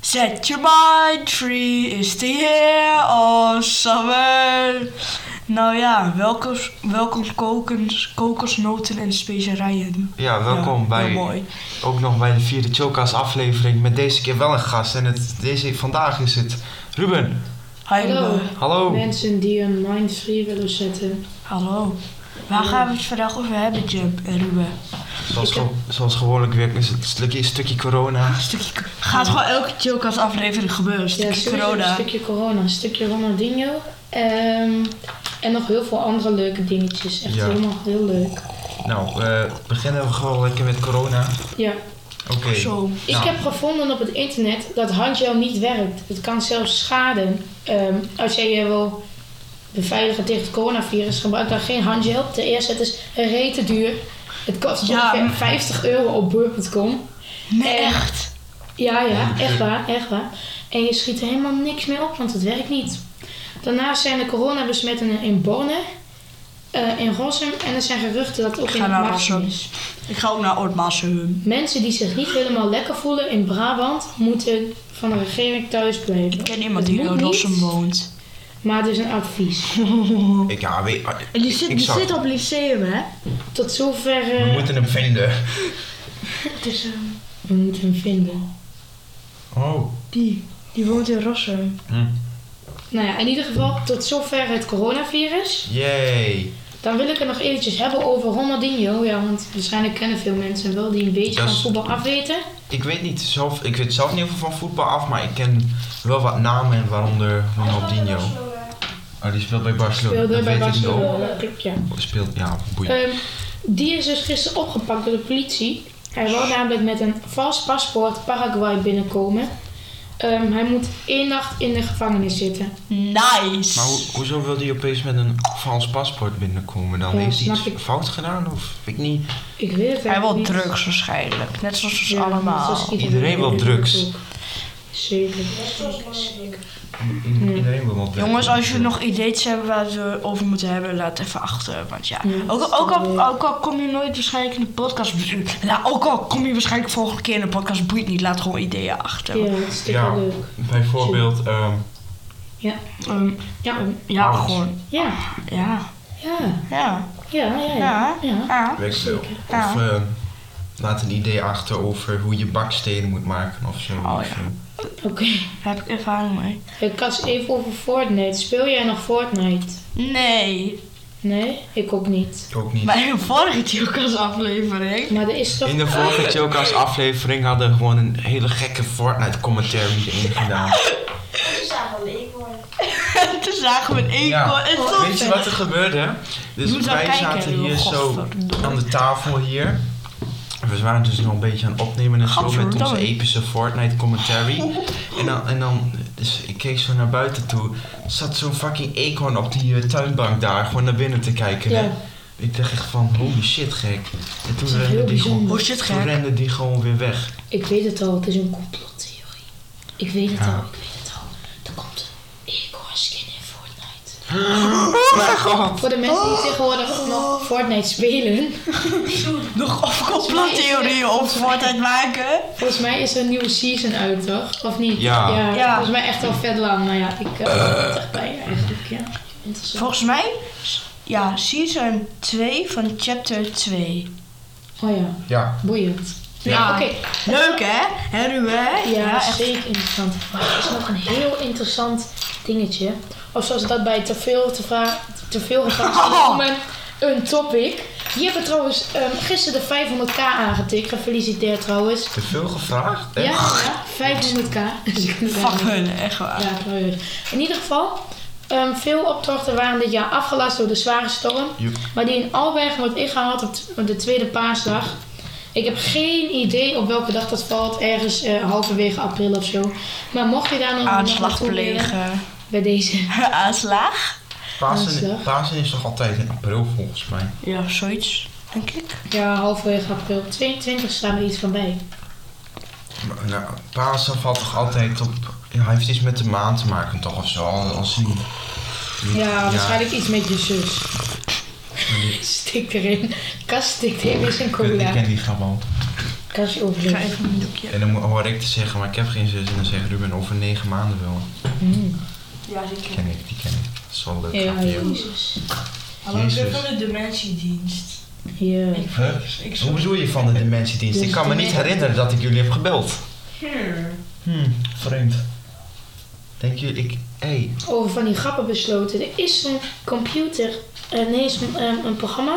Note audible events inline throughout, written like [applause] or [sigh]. Set your mind free, is the year of summer. Nou ja, welkom, welkom kokens, kokosnoten en specerijen. Ja, welkom Ja, bij, heel mooi. ook nog bij de vierde Chilkas aflevering met deze keer wel een gast. En het, deze, vandaag is het Ruben. Hallo. Hallo. Hallo. Mensen die een mind free willen zetten. Hallo. Waar gaan we het vandaag over hebben, Jeb en Ruben? Zoals, Ik heb- gewo- zoals gewoonlijk weer is het stukje, stukje corona. Een stukje... Gaat gewoon elke chillcast aflevering gebeuren. Een Ja, stukje sowieso corona. Een stukje corona, een stukje Ronaldinho. Ehm, en nog heel veel andere leuke dingetjes. Echt Ja. helemaal heel leuk. Nou, eh, beginnen we gewoon lekker met corona. Ja. Oké. Zo. Ik Nou. heb gevonden op het internet dat handgel niet werkt. Het kan zelfs schaden. Ehm, als jij je wil beveiligen tegen het coronavirus, gebruik dan geen handgel. Ten eerste, het is rete duur. Het kost Ja, ongeveer maar- 50 euro op bol.com. Nee, En- echt. Ja, ja, echt waar, echt waar. En je schiet er helemaal niks meer op, want het werkt niet. Daarnaast zijn er coronabesmettingen in Borne, eh, in Rossum en er zijn geruchten dat het ook Ik in ga naar Marsum Rossum. is. Ik ga ook naar Oortmassum. Mensen die zich niet helemaal lekker voelen in Brabant moeten van de regering thuis blijven. Ik ken iemand Het die moet in niet, Rossum woont. Maar het is een advies. Ik, ja, weet, En die zit, ik die zou- zit op lyceum, hè? Tot zover. eh, We moeten hem vinden. Dus, we moeten hem vinden. Oh. die. Die woont in Rossum. Hm. Nou ja, in ieder geval tot zover het coronavirus. Yay. Dan wil ik het nog eventjes hebben over Ronaldinho. Ja, want waarschijnlijk kennen veel mensen wel die een beetje Ja, van s- voetbal afweten. Ik weet niet zelf, ik weet zelf niet heel veel van voetbal af, maar ik ken wel wat namen en waaronder Ronaldinho. Oh, die speelt bij Barcelona. Speelde dat bij weet ik wel. Barcelona. Klopt, ja. Speelt, ja, boeien. Ehm, die is dus gisteren opgepakt door de politie. Hij wil namelijk met een vals paspoort Paraguay binnenkomen. Ehm, hij moet één nacht in de gevangenis zitten. Nice. Maar ho- hoezo wil hij opeens met een vals paspoort binnenkomen dan? Ja, Heeft hij snap iets ik. fout gedaan of weet ik niet? Ik weet het Hij eigenlijk wil niet. drugs waarschijnlijk. Net zoals ons Ja, dus allemaal. zoals Iedereen wil doet drugs. ook. Zeker, zeker, zeker. I- Iedereen wil wel Jongens, als je nog ideetjes hebt waar we het over moeten hebben, laat even achter. Want ja, Ja, ook, dat is ook, al, wel- ook al kom je nooit waarschijnlijk in de podcast. Nou, ook al kom je waarschijnlijk volgende keer in de podcast, boeit niet. Laat gewoon ideeën achter. Ja, het is toch Ja. wel leuk. Bijvoorbeeld, ehm, Ehm, Ja, ja, Alles. gewoon. ja, Ja, ja, ja, ja, ja. ja. ja. ja. ja. weet ik veel. Ja. Of ehm, laat een idee achter over hoe je bakstenen moet maken of zo. Oh, Of, ja. eh, Oké. Daar heb ik ervaring mee. Ik had het even over Fortnite. Speel jij nog Fortnite? Nee, Nee, ik ook niet. ik ook niet. maar in de vorige Tilkas aflevering. Maar er is toch... In de vorige Chilkas aflevering hadden we gewoon een hele gekke Fortnite commentary erin gedaan. [laughs] Toen zagen we een Ja. eekhoorn. en toen- Weet je wat er gebeurde? Dus Je moet wel wij kijken, zaten joh, hier zo godverdomme. aan de tafel hier. We waren dus nog een beetje aan het opnemen en zo met onze Godverdomme. epische Fortnite commentary. En dan, en dan dus ik keek zo naar buiten toe. Zat zo'n fucking eekhoorn op die eh, tuinbank daar, gewoon naar binnen te kijken. hè. Ja. Ik dacht echt van, holy shit gek. En is toen heel rende, die bijzonder. gewoon, Oh shit, toen gek. rende die gewoon weer weg. Ik weet het al, het is een complottheorie. Ik weet het Ja. al, ik weet het al. Er komt een eekhoornskin in Fortnite. Oh mijn god! Voor de mensen die tegenwoordig nog Fortnite spelen. Nog of complottheorieën of voortijd maken. Volgens mij is er een nieuwe season uit, toch? Of niet? Ja. Ja. Volgens mij echt al vet lang. Nou ja, ik eh, ben er bij eigenlijk, ja. Interessant. Volgens mij, ja, season 2 van chapter 2. Oh ja, Ja, boeiend. Ja. Ja, oké. Leuk hè? Hè Ruben? hè? Ja, zeker interessant. Maar er is nog een heel interessant dingetje. Of zoals dat bij te veel te vra- te veel gevraagd Oh. noemen, een topic. Die hebben trouwens ehm, gisteren de 500k aangetikt. Gefeliciteerd trouwens. Te veel gevraagd? Ja, Echt? ja 500k. Fuck hun, echt waar. [laughs] Ja, kleur. In ieder geval, ehm, veel optochten waren dit jaar afgelast door de zware storm. Joep. Maar die in Alberg wordt ingehaald op, t- op de tweede paasdag. Ik heb geen idee op welke dag dat valt. Ergens eh, halverwege april of zo. Maar mocht je daar nog Aanslag naartoe willen, plegen. [laughs] Bij deze. Aanslag? Pasen, Aanslag. Pasen is toch altijd in april volgens mij? Ja, zoiets, denk ik. Ja, halverwege april. 22 staat er iets van bij. Maar, Nou, Pasen valt toch altijd op... Ja, hij heeft iets met de maan te maken toch of zo? Al- Als hij... Ja, waarschijnlijk iets met je zus. Stik erin. Kast stikt in met zijn Ik, ik cola. ken die grap al. vakantie Ik ga overleven. even mijn doekje. En dan mo- hoorde ik te zeggen, maar ik heb geen zus. En dan zegt Ruben, over negen maanden wel. Mm. Ja, zeker. Die ken ik, die ken ik. Dat is wel leuk. Ja, grapje. Jezus. Hallo, ik ben Jezus. van de dementiedienst. Ja. Ik, Huh? ik Hoe bedoel je van de dementiedienst? Ik kan me niet herinneren dat ik jullie heb gebeld. Hier. Hm, vreemd. Denk jullie, ik... Hey. Over van die grappen besloten. Er is zo'n computer, eh, nee, zo'n ehm, een programma.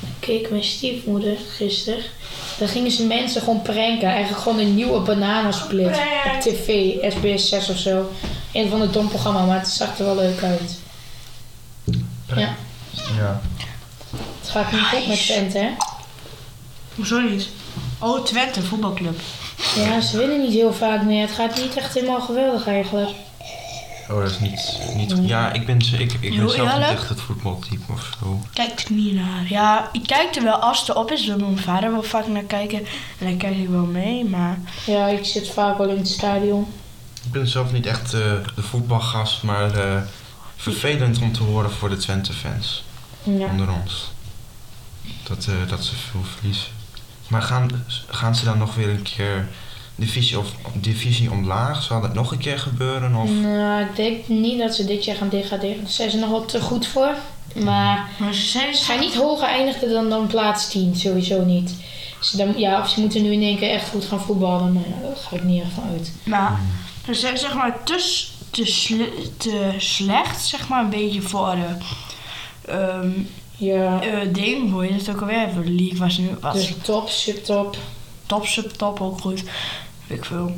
Dat keek mijn stiefmoeder gisteren. Daar gingen ze mensen gewoon pranken. Eigenlijk gewoon een nieuwe bananasplit op tv, SBS 6 of zo. Een van het dom programma, maar het zag er wel leuk uit. Ja. Ja. Het gaat niet goed met Twente, hè? Hoezo niet? Oh, Twente, voetbalclub. Ja, ze winnen niet heel vaak meer. Het gaat niet echt helemaal geweldig eigenlijk. Oh, dat is niet... niet ja, ik ben, ze- ik, ik Heel ben zelf niet eerlijk? echt het voetbaltype of zo. Kijk er niet naar. Ja, ik kijk er wel als het erop is. Wil mijn vader wel vaak naar kijken. En dan kijk ik wel mee, maar... Ja, ik zit vaak wel in het stadion. Ik ben zelf niet echt eh, de voetbalgast, maar eh, vervelend om te horen voor de Twente-fans Ja. onder ons. Dat, eh, dat ze veel verliezen. Maar gaan, gaan ze dan nog weer een keer divisie, of, divisie omlaag? Zal dat nog een keer gebeuren? Of? Nou, ik denk niet dat ze dit jaar gaan degraderen. Daar zijn ze nog wel te goed voor. Maar Maar ze zijn... ze gaan niet hoger eindigen dan, dan plaats 10, sowieso niet. Ze dan, ja, of ze moeten nu in één keer echt goed gaan voetballen. Maar ja, daar ga ik niet echt van uit. Maar ze zijn Nou, dus, eh, zeg maar te, s- te, sle- te slecht, zeg maar, een beetje voor de... ehm Ja, eh, ding, hoe heet het ook alweer? Voor de league was nu... Was dus top, subtop. top, subtop ook goed. Weet ik veel.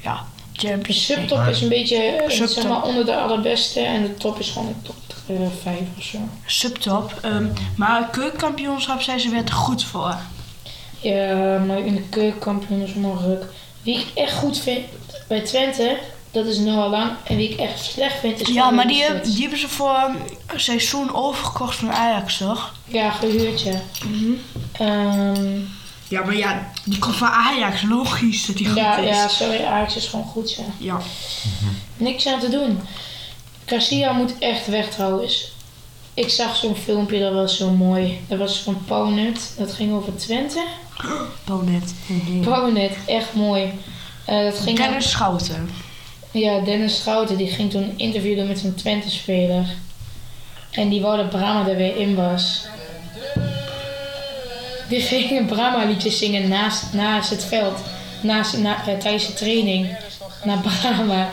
Ja, De Champions League. subtop is een beetje eh, Subtop. zeg maar, onder de allerbeste. En de top is gewoon de top 5 of zo. Subtop. ehm, maar keukenkampioenschap zijn ze weer te goed voor. Ja, maar in de keukenkampioen is allemaal ruk. Wie ik echt goed vind bij Twente, dat is Noah Lang. En wie ik echt slecht vind is Ja, Fernando maar die, heb- Spits. die hebben ze voor een seizoen overgekocht van Ajax, toch? Ja, gehuurd, ja. Mhm. Ehm, Ja, maar ja, die komt van Ajax. Logisch dat die goed ja, is. ja, sorry, Ajax is gewoon goed, ja. Ja. Niks aan te doen. Garcia moet echt weg trouwens. Ik zag zo'n filmpje, dat was zo mooi. Dat was van Pownet, dat ging over Twente. Bonet. Pownet, echt mooi. Eh, dat ging Dennis Schouten. Ja, Dennis Schouten die ging toen interviewen met een Twente-speler. En die wou dat Brahma er weer in was. Die ging een Brahma-liedje zingen naast, naast het veld. Naast, na, eh, tijdens de training. Naar Brahma.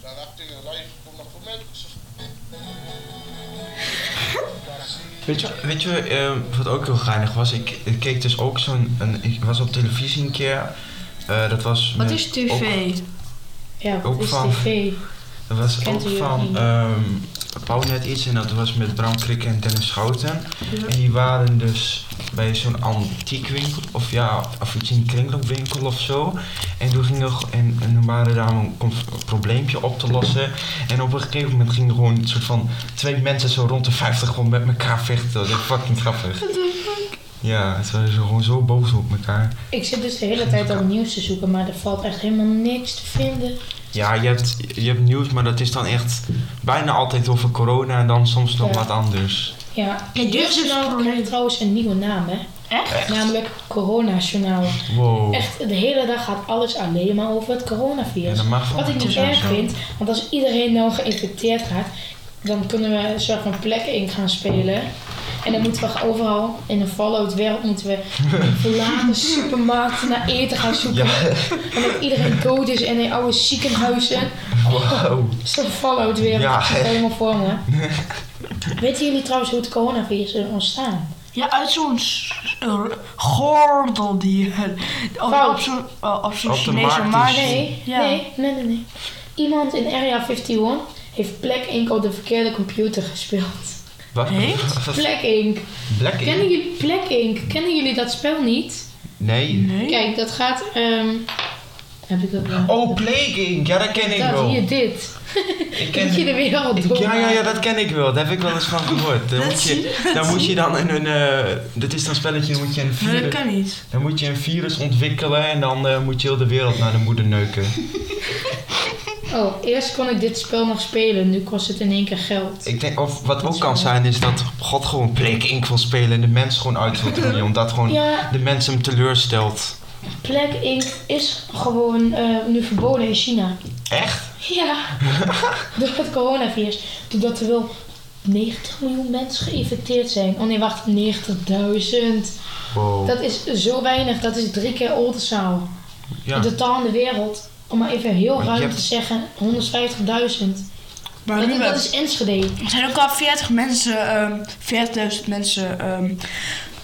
Dan heb je een live kom nog voor Weet je, weet je eh, wat ook heel geinig was? Ik, ik keek dus ook zo'n... een- Ik was op televisie een keer. Eh, dat was... Wat met- is ook- tv? Ja, wat Ook is van- tv? Dat was Kent ook u het niet? van ehm Pauw net iets en dat was met Bram Krikke en Dennis Schouten. En die waren dus bij zo'n antiekwinkel of ja, of iets in een kringloopwinkel of zo. En toen gingen g- en, en toen waren daar om een conf- probleempje op te lossen. En op een gegeven moment gingen gewoon een soort van twee mensen zo rond de 50 gewoon met elkaar vechten. Dat is fucking grappig. Ja, ze waren zo gewoon zo boos op elkaar. Ik zit dus de hele tijd al nieuws te zoeken, maar er valt echt helemaal niks te vinden. Ja, je hebt, je hebt nieuws, maar dat is dan echt bijna altijd over corona en dan soms nog Ja. wat anders. Ja, Ja, dit is dus het Journaal probleem. krijgt trouwens een nieuwe naam, hè? Echt? Namelijk Corona-journaal. Wow. Echt, de hele dag gaat alles alleen maar over het Ja, coronavirus. dat mag van Wat ik niet tussen erg zo. vind, want als iedereen nou geïnfecteerd gaat, dan kunnen we een soort van plek in gaan spelen. En dan moeten we overal in een Fallout wereld [laughs] moeten we verlaten supermarkten naar eten gaan zoeken. Ja, En dat iedereen dood is en in oude ziekenhuizen. wow. Zo'n Fallout wereld, Ja. dat zit helemaal voor [laughs] me. Weten jullie trouwens hoe het coronavirus is ontstaan? Ja, uit zo'n s- eh, gordel die... Of Fout. op zo'n eh, op zo'n Op de Chinese markt markt. is- Nee, Ja. nee, nee, nee, nee. Iemand in Area 51 heeft Black Ink op de verkeerde computer gespeeld. Wat? Heet? Wat- Black Ink. Black Kennen Ink? jullie Black Ink? Kennen jullie dat spel niet? Nee. Nee? Kijk, dat gaat. ehm, heb ik dat wel? Oh, Plague Ink. Ja, dat ken ik dat, wel. hier, dit. Ik Ken je de wereld Ik- door? ja, ja, ja, dat ken ik wel. Daar heb ik wel eens van gehoord. Dan moet je, dan, moet je dan in een... eh, dat is dan spelletje, dan moet je een [laughs] Nee, dat virus... kan niet. Dan moet je een virus ontwikkelen en dan eh, moet je heel de wereld naar de moeder neuken. Oh, eerst kon ik dit spel nog spelen, nu kost het in één keer geld. Ik denk, of wat ook kan zijn, is dat God gewoon Plague Inc. wil spelen en de mens gewoon uit wil doen. Omdat gewoon Ja, de mens hem teleurstelt. Black Ink is gewoon eh, nu verboden in China. Echt? Ja, [laughs] door het coronavirus. Doordat er wel 90 miljoen mensen geïnfecteerd zijn. Oh nee, wacht, 90.000. Wow. Dat is zo weinig, dat is drie keer Oldenzaal. ja. In totaal in de wereld, om maar even heel Maar je ruim hebt- te zeggen, 150.000. Maar Dat, Ruben, dat is Enschede. er zijn ook al 40 mensen, ehm 40.000 mensen, ehm,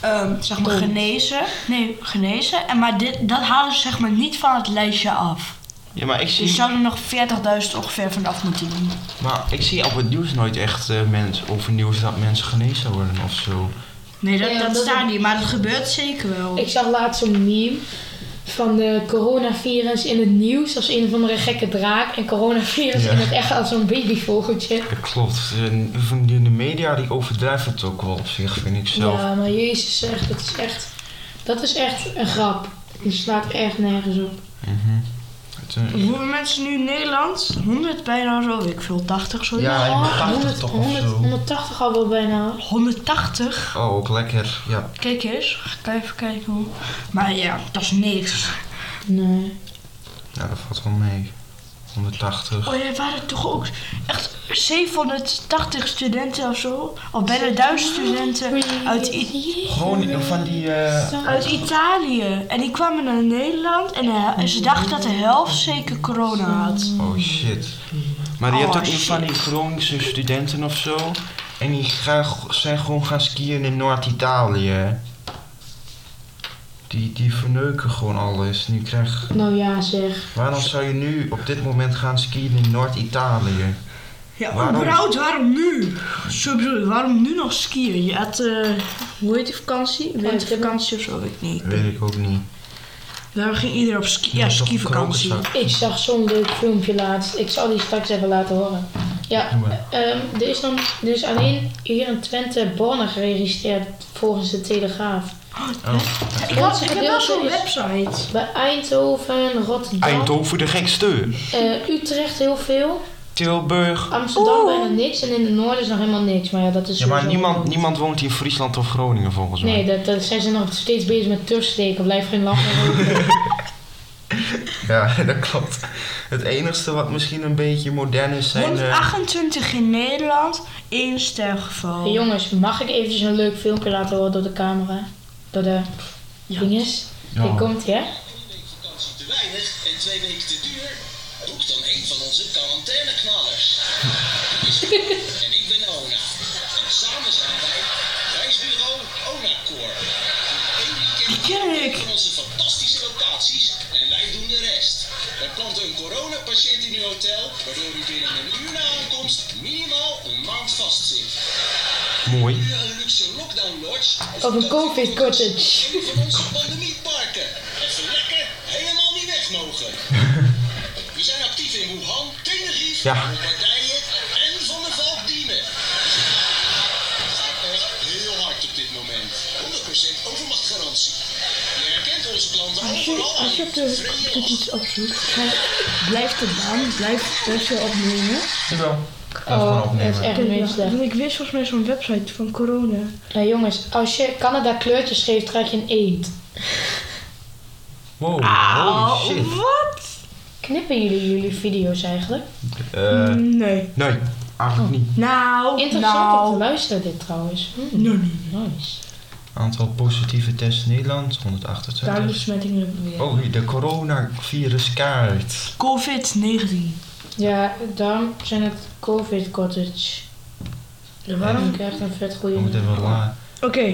ehm, zeg maar, Dood. genezen. Nee, genezen. En maar dit, dat halen ze zeg maar niet van het lijstje af. ja, maar ik Dus zie, zouden er nog 40.000 ongeveer vanaf moeten doen. maar ik zie op het nieuws nooit echt eh mensen over nieuws dat mensen genezen worden of zo. Nee, dat, Ja, dat dat- staat niet, maar dat gebeurt zeker wel. Ik zag laatst zo'n meme van de coronavirus in het nieuws als een of andere gekke draak. En coronavirus Ja. in het echt als zo'n babyvogeltje. Dat klopt. En van die- de media die overdrijven het ook wel op zich, vind ik zelf. Ja, maar Jezus zegt, dat is echt, dat is echt een grap. Die slaat echt nergens op. Mhm. Het, eh, Hoeveel mensen nu in Nederland? 100 bijna zo, weet ik veel, 80 zo. Ja. ik ben 80 100, toch of 100, zo. 180 al wel bijna. 180? oh, ook lekker. Ja. Kijk eens, ga ik even kijken hoe. Maar ja, dat is niks. Nee. ja, dat valt wel mee. 180. Oh ja, er waren toch ook echt 780 studenten of zo? Of bijna 1000 studenten uit, I- Gewoon van die... eh, uit Italië. En die kwamen naar Nederland en de hel- en ze dachten dat de helft zeker corona had. Oh shit. Maar je Oh, hebt ook een shit. van die Groningse studenten of zo. En die gaan, zijn gewoon gaan skiën in Noord-Italië. Die, die verneuken gewoon alles. Nu krijg, Nou ja, zeg. waarom zou je nu op dit moment gaan skiën in Noord-Italië? Ja, Waarom? überhaupt, waarom nu? Zo bedoel ik, waarom nu nog skiën? Je had, eh, hoe heet die vakantie? Wintervakantie of zo, weet ik niet. Weet ik ook niet. Daar ging iedereen op ski, ja, Met zo'n skivakantie. krokenzak. Ik zag zo'n leuk filmpje laatst. Ik zal die straks even laten horen. Ja, Doe maar. ehm, er, is dan, er is alleen hier in Twente Borne geregistreerd volgens de Telegraaf. Oh. Ik Ja, had, ik het heb wel gedeelte zo'n is- website. Bij Eindhoven, Rotterdam, Eindhoven de gekste. eh, Utrecht heel veel. Tilburg. Amsterdam Oeh. bijna niks. En in het noorden is nog helemaal niks. Maar ja, dat Oh, is Ja, maar sowieso- niemand, niemand woont in Friesland of Groningen volgens mij. Nee, dat, dat zijn ze nog steeds bezig met terugsteken. Blijf geen land [laughs] meer over. Ja, [laughs] dat klopt. Het enige wat misschien een beetje modern is zijn... eh, Ah. 128 in Nederland, één Hey, sterfgeval. jongens, mag ik eventjes een leuk filmpje laten horen door de camera? Door de Ja. dinges? Ja. Hier komt hij, hè? vakantie te weinig en twee weken te duur? Boek dan een van onze [laughs] quarantaineknallers. en ik ben Ona. En samen zijn wij reisbureau Onacor. Eén Die weekend ken ik. van onze fantastische locaties en wij doen de rest. Wij planten een coronapatiënt in uw hotel, waardoor u binnen een uur na aankomst minimaal een maand vastzit. Mooi. Nu een luxe lockdown lodge Of een covid cottage. een van onze pandemieparken. Even lekker helemaal niet weg mogen. We zijn actief in Wuhan, Tenerife, Ja. Lombardije en Van der Valk Diemen. Het gaat echt heel hard op dit moment. 100% overmachtgarantie. Je herkent onze klanten overal aan. Vrije lach. opzoekt, blijft het dan, blijft het je opnemen. Jawel. Oh, dat is echt een beetje slecht. ik wist volgens mij zo'n website van corona. Nou jongens, als je Canada kleurtjes geeft, krijg je een eend. Wow, Ah, Ah, holy Auw, oh. shit. Nou, wat? Knippen jullie jullie video's eigenlijk? Hmm. Eh, Nee. nee, eigenlijk Oh. niet. Nou, Interessant om te nou. luisteren dit trouwens. Hm, Nee, nee. nice. Aantal positieve tests in Nederland, 128. besmettingen hebben we Oh, hier, de coronaviruskaart. COVID-19. Ja, dan zijn het covid cottage. waarom? Ik krijg een vet goede We moeten naam. wel la. Oké.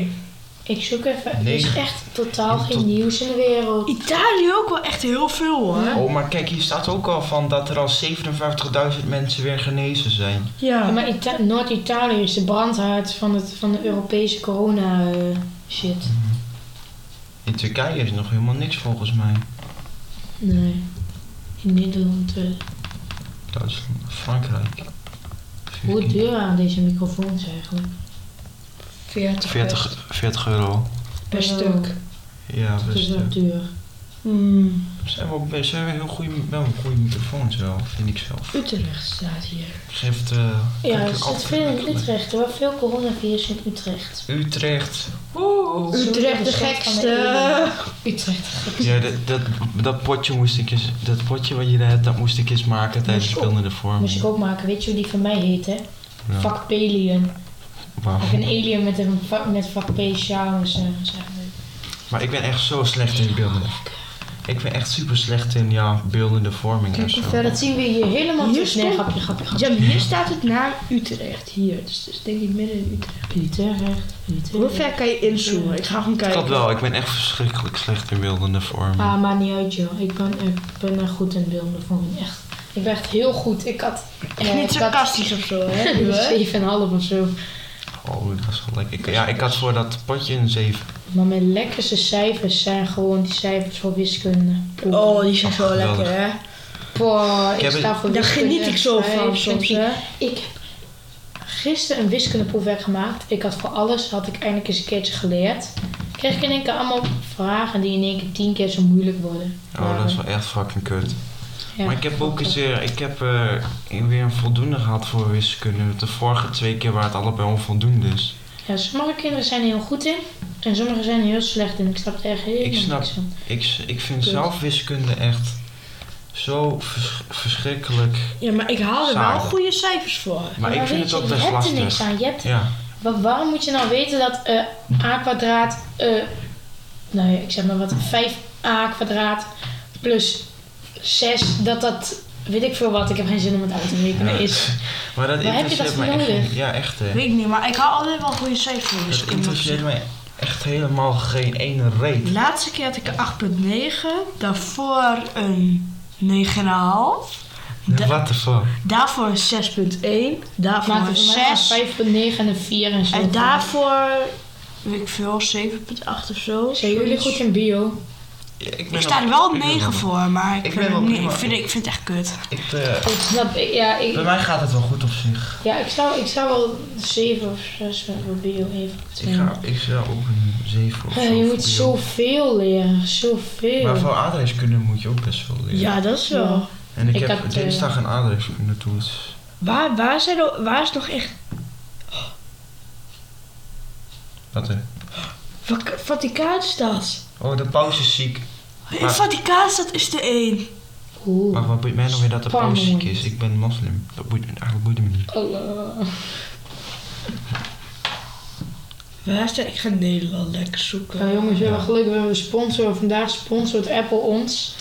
Ik zoek even. Er is Negen. echt totaal Tot- geen nieuws in de wereld. Italië ook wel echt heel veel hoor. Ja. Oh, maar kijk, hier staat ook al van dat er al 57.000 mensen weer genezen zijn. Ja, Ja. maar Ita- Noord-Italië is de brandhaard van, het, van de Europese corona eh, shit. In Turkije is nog helemaal niks volgens mij. Mhm. Nee. In Nederland. eh. Duitsland, Frankrijk. hoe 14, duur aan deze microfoons eigenlijk? 40. 40, 40 euro. per stuk. Ja, Dat is best. wel eh, duur. Hmm, Zijn we, ook- zijn we heel goede, wel een goede microfoons wel, vind ik zelf. Utrecht staat hier. Geeft eh Ja, kijk, er zit altijd veel in lekker. Utrecht hoor, veel coronavirus in Utrecht. [laughs] Utrecht. Oeh. Utrecht Utrecht, de de gekste. Utrecht. Ja, dat, dat, dat potje moest ik eens, dat potje wat je daar hebt, dat moest ik eens maken tijdens Moest ik Spel in de Vorm. Moest ik ook maken. Weet je hoe die van mij heet, hè? Ja. Fuck Pelion. Wauw. Of een alien met een va- met vak P Sjouwers. eh, zeg maar. Maar ik ben echt zo slecht in beelden. Ik ben echt super slecht in ja, beeldende vorming en Kijk zo. hoe ver Ja, dat zien we hier helemaal Hier terug. Nee, stond- grapje, grapje, grapje. Ja, maar hier staat het naam Utrecht. Hier, dus dat is denk ik midden in Utrecht. Utrecht, Hoe Utrecht. ver kan je inzoomen? Ik ga gewoon kijken. dat wel, ik ben echt verschrikkelijk slecht in beeldende vorming. Ah, maakt niet uit joh. Ik ben, ik ben er goed in beelden voor me. Echt. Ik ben echt heel goed. Ik had... eh, Niet ik had- sarcastisch of zo, [laughs] hè? nu, hè? 7,5 of zo. Oh, dat is gelijk. Ik, ja, ik had voor dat potje een 7. Maar mijn lekkerste cijfers zijn gewoon die cijfers voor wiskunde. Oh, die zijn zo Geweldig. lekker, hè? Boah, heb ik het- sta voor Daar wiskunde geniet ik zo vijf, van soms, twintig. hè? Ik heb gisteren een wiskundeproefwerk gemaakt. Ik had voor alles, had ik eindelijk eens een keertje geleerd. Kreeg ik in één keer allemaal vragen die in één keer tien keer zo moeilijk worden. Oh, dat is wel echt fucking kut. Ja. Maar ik heb ook eens weer, ik heb eh, weer een voldoende gehad voor wiskunde. De vorige twee keer waren het allebei onvoldoende. Dus. Ja, sommige kinderen zijn er heel goed in en sommige zijn er heel slecht in. Ik snap het echt helemaal Ik snap- niks van. Ik, s- ik vind Kut. zelf wiskunde echt zo vers- verschrikkelijk. Ja, maar ik haal er wel Zaken. goede cijfers voor. Maar ik weet vind het je, ook best Je hebt er lastig. niks aan. Je hebt, Ja, wa- waarom moet je nou weten dat eh, a kwadraat, eh, nou ja, ik zeg maar wat, 5a kwadraat plus 6, dat dat, weet ik veel wat, ik heb geen zin om het uit te rekenen, Ja. is. maar dat Waar heb je dat interesseert voor mij echt nodig? niet. Ja, echt hè. Weet ik niet, maar ik haal altijd wel goede cijfers voor Dat wiskunde. op zich. interesseert mij echt helemaal geen ene reet. De laatste keer had ik een 8,9. Daarvoor een 9,5. Da- What the fuck? daarvoor een 6,1. Daarvoor Maakt een het voor mij 6. een 5,9 en een 4 en zo. En daarvoor, weet ik veel, 7,8 of zo. Zijn jullie goed in bio? Ik, Ik ben sta op- er wel op ik ben 9 op- voor, maar ik, Ik vind, ben het wel niet- ik, prima. vind, ik vind het echt kut. Ik, eh, Ik snap, ik- ja, ik, bij mij gaat het wel goed op zich. ja, ik zou, ik zou wel 7 of 6 met voor bio even. Ik, ga, ik zou ook een 7 of Ja, zo je voor moet bio. zoveel leren, zoveel. Maar voor aardrijkskunde moet je ook best wel leren. Ja, dat is wel. Ja. En ik, Ik heb had, eh, dinsdag een aardrijkskunde toets. Waar, waar, zijn er, waar is nog echt... Wat er? Vak- Vaticaanstad? Oh, de pauze is ziek. In Maar- Vaticaanstad is de 1. Oeh. Maar wat boeit mij nou weer dat de pauze Spannend. ziek is? Ik ben moslim. Dat boeit me eigenlijk boeit me niet. Oh, Allah. Waar zijn... Ik ga Nederland lekker zoeken. Ja, jongens, we Ja. hebben geluk, we hebben een sponsor. Vandaag sponsort Apple ons.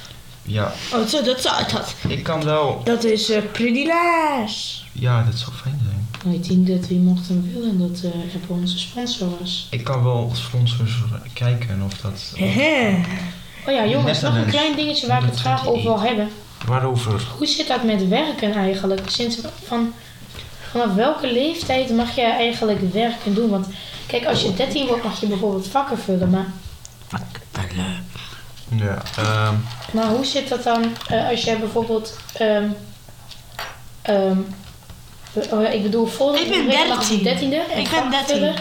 Ja, Oh, zo, dat, zou- dat, ik kan wel. dat is eh Pretty Lash. Ja, dat zou fijn zijn. Nou, ik denk dat we mochten willen dat eh, Apple onze sponsor was. Ik kan wel sponsors kijken of dat. Hehe. Oh ja, jongens, Net nog een een- klein dingetje waar ik het graag over wil hebben. Waarover? Hoe zit dat met werken eigenlijk? Sinds van, vanaf welke leeftijd mag je eigenlijk werken doen? Want kijk, als je 13 wordt, mag je bijvoorbeeld vakken vullen. Maar, Ja. ehm, maar hoe zit dat dan eh, als jij bijvoorbeeld. ehm, ehm, oh ja, ik bedoel, volgende Ik ben week mag je 13. 13e. en Ik ben vakken 13. vullen.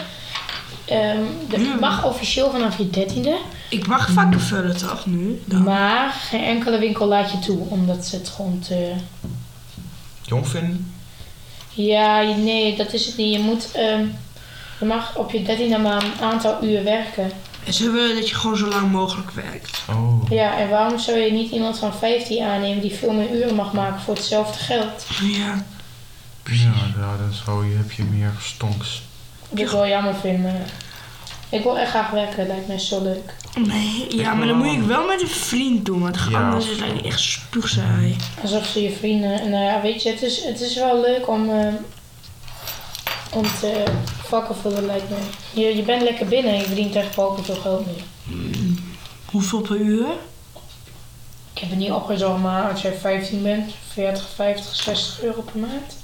Ehm, dat Hmm. mag officieel vanaf je 13e. Ik mag vakken vullen toch nu? Dan. Maar geen enkele winkel laat je toe, omdat ze het gewoon te. jong vinden? Ja, je- nee, dat is het niet. Je moet, ehm, je mag op je 13e maar een aantal uur werken. En ze willen dat je gewoon zo lang mogelijk werkt. Oh. Ja, en waarom zou je niet iemand van 15 aannemen die veel meer uren mag maken voor hetzelfde geld? Ja. Ja, ja dan zou je, heb je meer stonks. Dat ik wel jammer vind, maar ik wil echt graag werken, dat lijkt mij zo leuk. Nee, ja, Ik maar dan wel. moet ik wel met een vriend doen, want Ja. anders is het echt spuugzaai. Alsof ze je vrienden. Nou ja, weet je, het is, het is wel leuk om, ehm, om te vakken vullen, lijkt mij. Je, je bent lekker binnen en je verdient echt balken veel geld mee. Hoeveel per uur? Ik heb het niet opgezocht, maar als jij 15 bent, 40, 50, 60 euro per maand.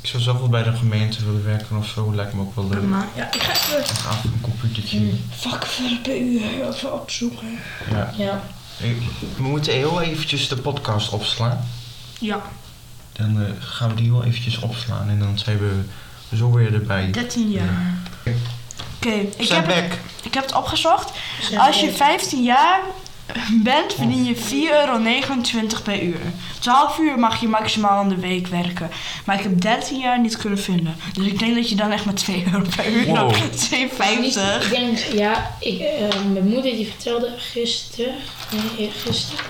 Ik zou zelf wel bij de gemeente willen werken of zo, lijkt me ook wel leuk. Maar ja, ik ga even Een avond een computertje. vakken vullen per uur even opzoeken. Ja. Ja. Ik- We moeten heel eventjes de podcast opslaan. Ja, Dan eh, gaan we die heel eventjes opslaan en dan zijn we zo weer erbij. 13 jaar. Oké, ik, zijn heb het- back. ik heb het opgezocht. Als je 15 jaar bent, verdien je 4,29 euro per uur. 12 uur mag je maximaal in de week werken. Maar ik heb 13 jaar niet kunnen vinden. Dus ik denk dat je dan echt maar 2 euro per uur Wow. nog Ik 2,50. denk, ja, ik, eh, mijn moeder die vertelde gisteren, nee, gisteren,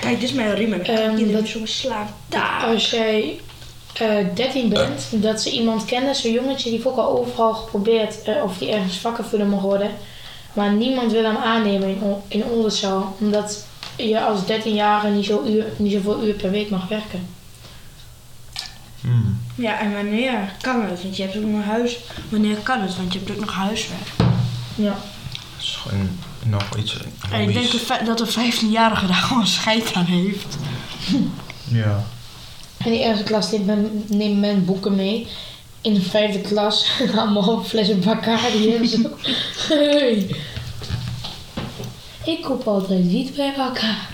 Kijk, dit is mijn riem. Ehm, Jullie dat- dat zo slaap. dat als jij eh 13 bent, dat ze iemand kennen, zo'n jongetje, die heeft ook al overal geprobeerd eh, of die ergens vakkenvuller mag worden. Maar niemand wil hem aannemen in, O- in Oldenzaal, omdat je als 13-jarige niet, zo uur, niet zoveel uur per week mag werken. Hmm. Ja, en wanneer kan het? Want je hebt ook nog huis. Wanneer kan het? Want je hebt ook nog huiswerk. Ja. Dat is gewoon nog iets. En ik denk hobby's. dat- dat een 15-jarige daar gewoon scheid aan heeft. Ja. In de eerste klas neemt men, neemt men boeken mee. In de vijfde klas [laughs] allemaal flessen Bacardi en zo. Hey. Ik koop altijd wiet bij elkaar.